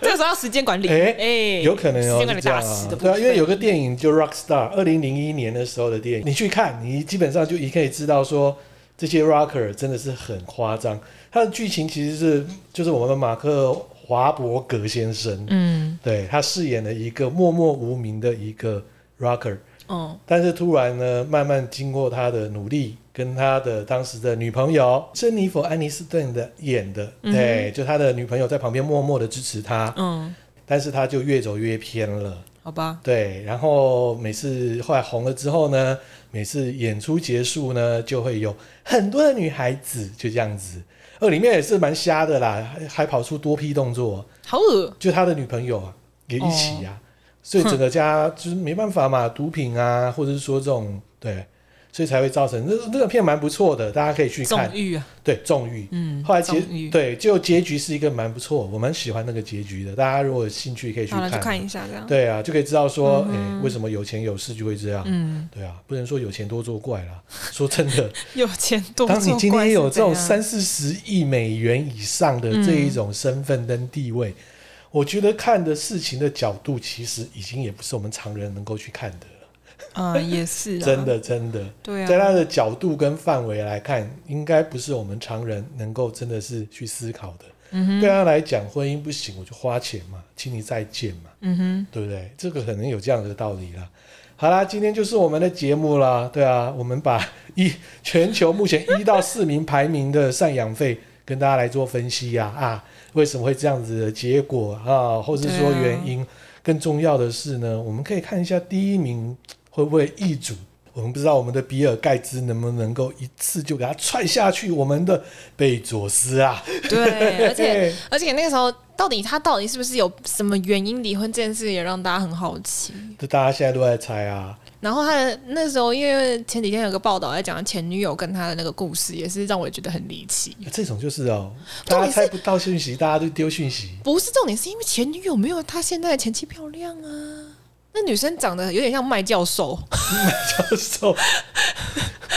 [SPEAKER 2] 这个时候要时间管理，
[SPEAKER 1] 哎
[SPEAKER 2] 哎，
[SPEAKER 1] 有可能
[SPEAKER 2] 时
[SPEAKER 1] 哦，
[SPEAKER 2] 间
[SPEAKER 1] 是
[SPEAKER 2] 管理
[SPEAKER 1] 这样
[SPEAKER 2] 大师
[SPEAKER 1] 啊
[SPEAKER 2] 的。部
[SPEAKER 1] 对
[SPEAKER 2] 分，
[SPEAKER 1] 啊，因为有个电影就 Rockstar，二零零一年的时候的电影，你去看，你基本上就一可以知道说，这些 rocker 真的是很夸张。它的剧情其实是就是我们马克华伯格先生，
[SPEAKER 2] 嗯，
[SPEAKER 1] 对他饰演了一个默默无名的一个 rocker。
[SPEAKER 2] 哦，
[SPEAKER 1] 但是突然呢，慢慢经过他的努力，跟他的当时的女朋友珍妮佛·安妮斯顿的演的，
[SPEAKER 2] 嗯哼
[SPEAKER 1] 对，就他的女朋友在旁边默默的支持他，
[SPEAKER 2] 嗯，
[SPEAKER 1] 但是他就越走越偏了，
[SPEAKER 2] 好吧，
[SPEAKER 1] 对。然后每次后来红了之后呢，每次演出结束呢，就会有很多的女孩子就这样子，呃，里面也是蛮瞎的啦，还还跑出多批动作，
[SPEAKER 2] 好恶，
[SPEAKER 1] 就他的女朋友啊，也一起
[SPEAKER 2] 哦
[SPEAKER 1] 呀、所以整个家就是没办法嘛，毒品啊，或者是说这种对，所以才会造成那那个片蛮不错的，大家可以去看
[SPEAKER 2] 纵。欲啊，
[SPEAKER 1] 对，纵欲，
[SPEAKER 2] 嗯，
[SPEAKER 1] 后来
[SPEAKER 2] 纵
[SPEAKER 1] 结
[SPEAKER 2] 欲，
[SPEAKER 1] 对，就结局是一个蛮不错，我蛮喜欢那个结局的。大家如果有兴趣可以去
[SPEAKER 2] 好了，
[SPEAKER 1] 看。
[SPEAKER 2] 去看一下这样，
[SPEAKER 1] 对啊，就可以知道说，哎、
[SPEAKER 2] 嗯哼
[SPEAKER 1] 为什么有钱有势就会这样？
[SPEAKER 2] 嗯，
[SPEAKER 1] 对啊，不能说有钱多作怪啦。说真的，
[SPEAKER 2] 有钱多
[SPEAKER 1] 当你今天有这种三
[SPEAKER 2] 三，
[SPEAKER 1] 四十亿美元以上
[SPEAKER 2] 嗯
[SPEAKER 1] 的这一种身份跟地位，我觉得看的事情的角度，其实已经也不是我们常人能够去看的了。
[SPEAKER 2] 嗯，也是啊
[SPEAKER 1] 真，的，真的，
[SPEAKER 2] 对
[SPEAKER 1] 在
[SPEAKER 2] 啊，
[SPEAKER 1] 他的角度跟范围来看，应该不是我们常人能够真的是去思考的。
[SPEAKER 2] 嗯哼，
[SPEAKER 1] 对他来讲，婚姻不行，我就花钱嘛，请你再见嘛，
[SPEAKER 2] 嗯哼，
[SPEAKER 1] 对不对？这个可能有这样的道理啦。好啦，今天就是我们的节目啦，对啊，我们把一全球目前一到四名排名的赡养费跟大家来做分析呀啊为什么会这样子的结果啊，或者说
[SPEAKER 2] 对啊
[SPEAKER 1] 原因。更重要的是呢，我们可以看一下第一名会不会易主。我们不知道我们的比尔盖茨能不能够一次就给他踹下去，我们的贝佐斯啊，
[SPEAKER 2] 对，而且。
[SPEAKER 1] 嘿
[SPEAKER 2] 而且那个时候，到底他到底是不是有什么原因离婚这件事，也让大家很好奇。
[SPEAKER 1] 这大家现在都在猜啊，
[SPEAKER 2] 然后他的那时候，因为前几天有个报道在讲前女友跟他的那个故事，也是让我觉得很离奇。
[SPEAKER 1] 这种就是哦，
[SPEAKER 2] 重
[SPEAKER 1] 大
[SPEAKER 2] 点
[SPEAKER 1] 家
[SPEAKER 2] 是
[SPEAKER 1] 猜不到讯息，大家就丢讯息。
[SPEAKER 2] 不是重点，是因为前女友没有他现在的前妻漂亮啊。那女生长得有点像麦教授，
[SPEAKER 1] 教 授，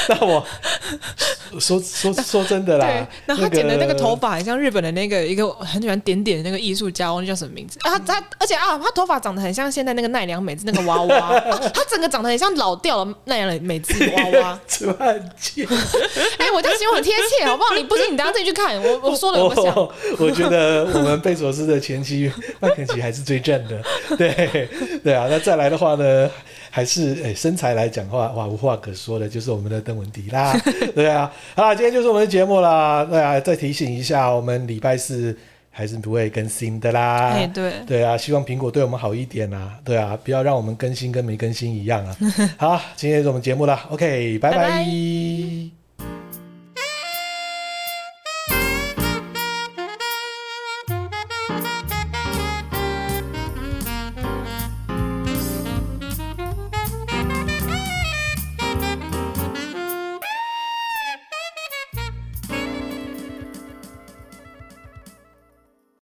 [SPEAKER 1] 那我说说说真的
[SPEAKER 2] 对
[SPEAKER 1] 啦，。
[SPEAKER 2] 然后他剪的那个头，发很像日本的那个一个很喜欢点点的那个艺术家，忘记叫什么名字啊。他而且啊，他头发长得很像现在那个奈良美智那个娃娃， 啊他整个长得很像老掉了奈良美智娃娃。
[SPEAKER 1] 吃饭见。
[SPEAKER 2] 哎、我这样形容很贴切，好不好？你不信，你等下自己去看。我我说了，我想，
[SPEAKER 1] 我哦 我觉得我们贝索斯的前 妻麦肯齐还是最正的， 对对啊。那再来的话呢，还是诶、身材来讲话，哇无话可说的，就是我们的邓文迪啦， 对啊。好啦，今天就是我们的节目啦，对啊。再提醒一下，我们礼拜四还是不会更新的啦。
[SPEAKER 2] 哎、对，
[SPEAKER 1] 对啊，希望苹果对我们好一点啊，对啊，不要让 我们更新跟没更新一样啊。好，今天就是我们节目啦 o k 拜
[SPEAKER 2] 拜
[SPEAKER 1] 拜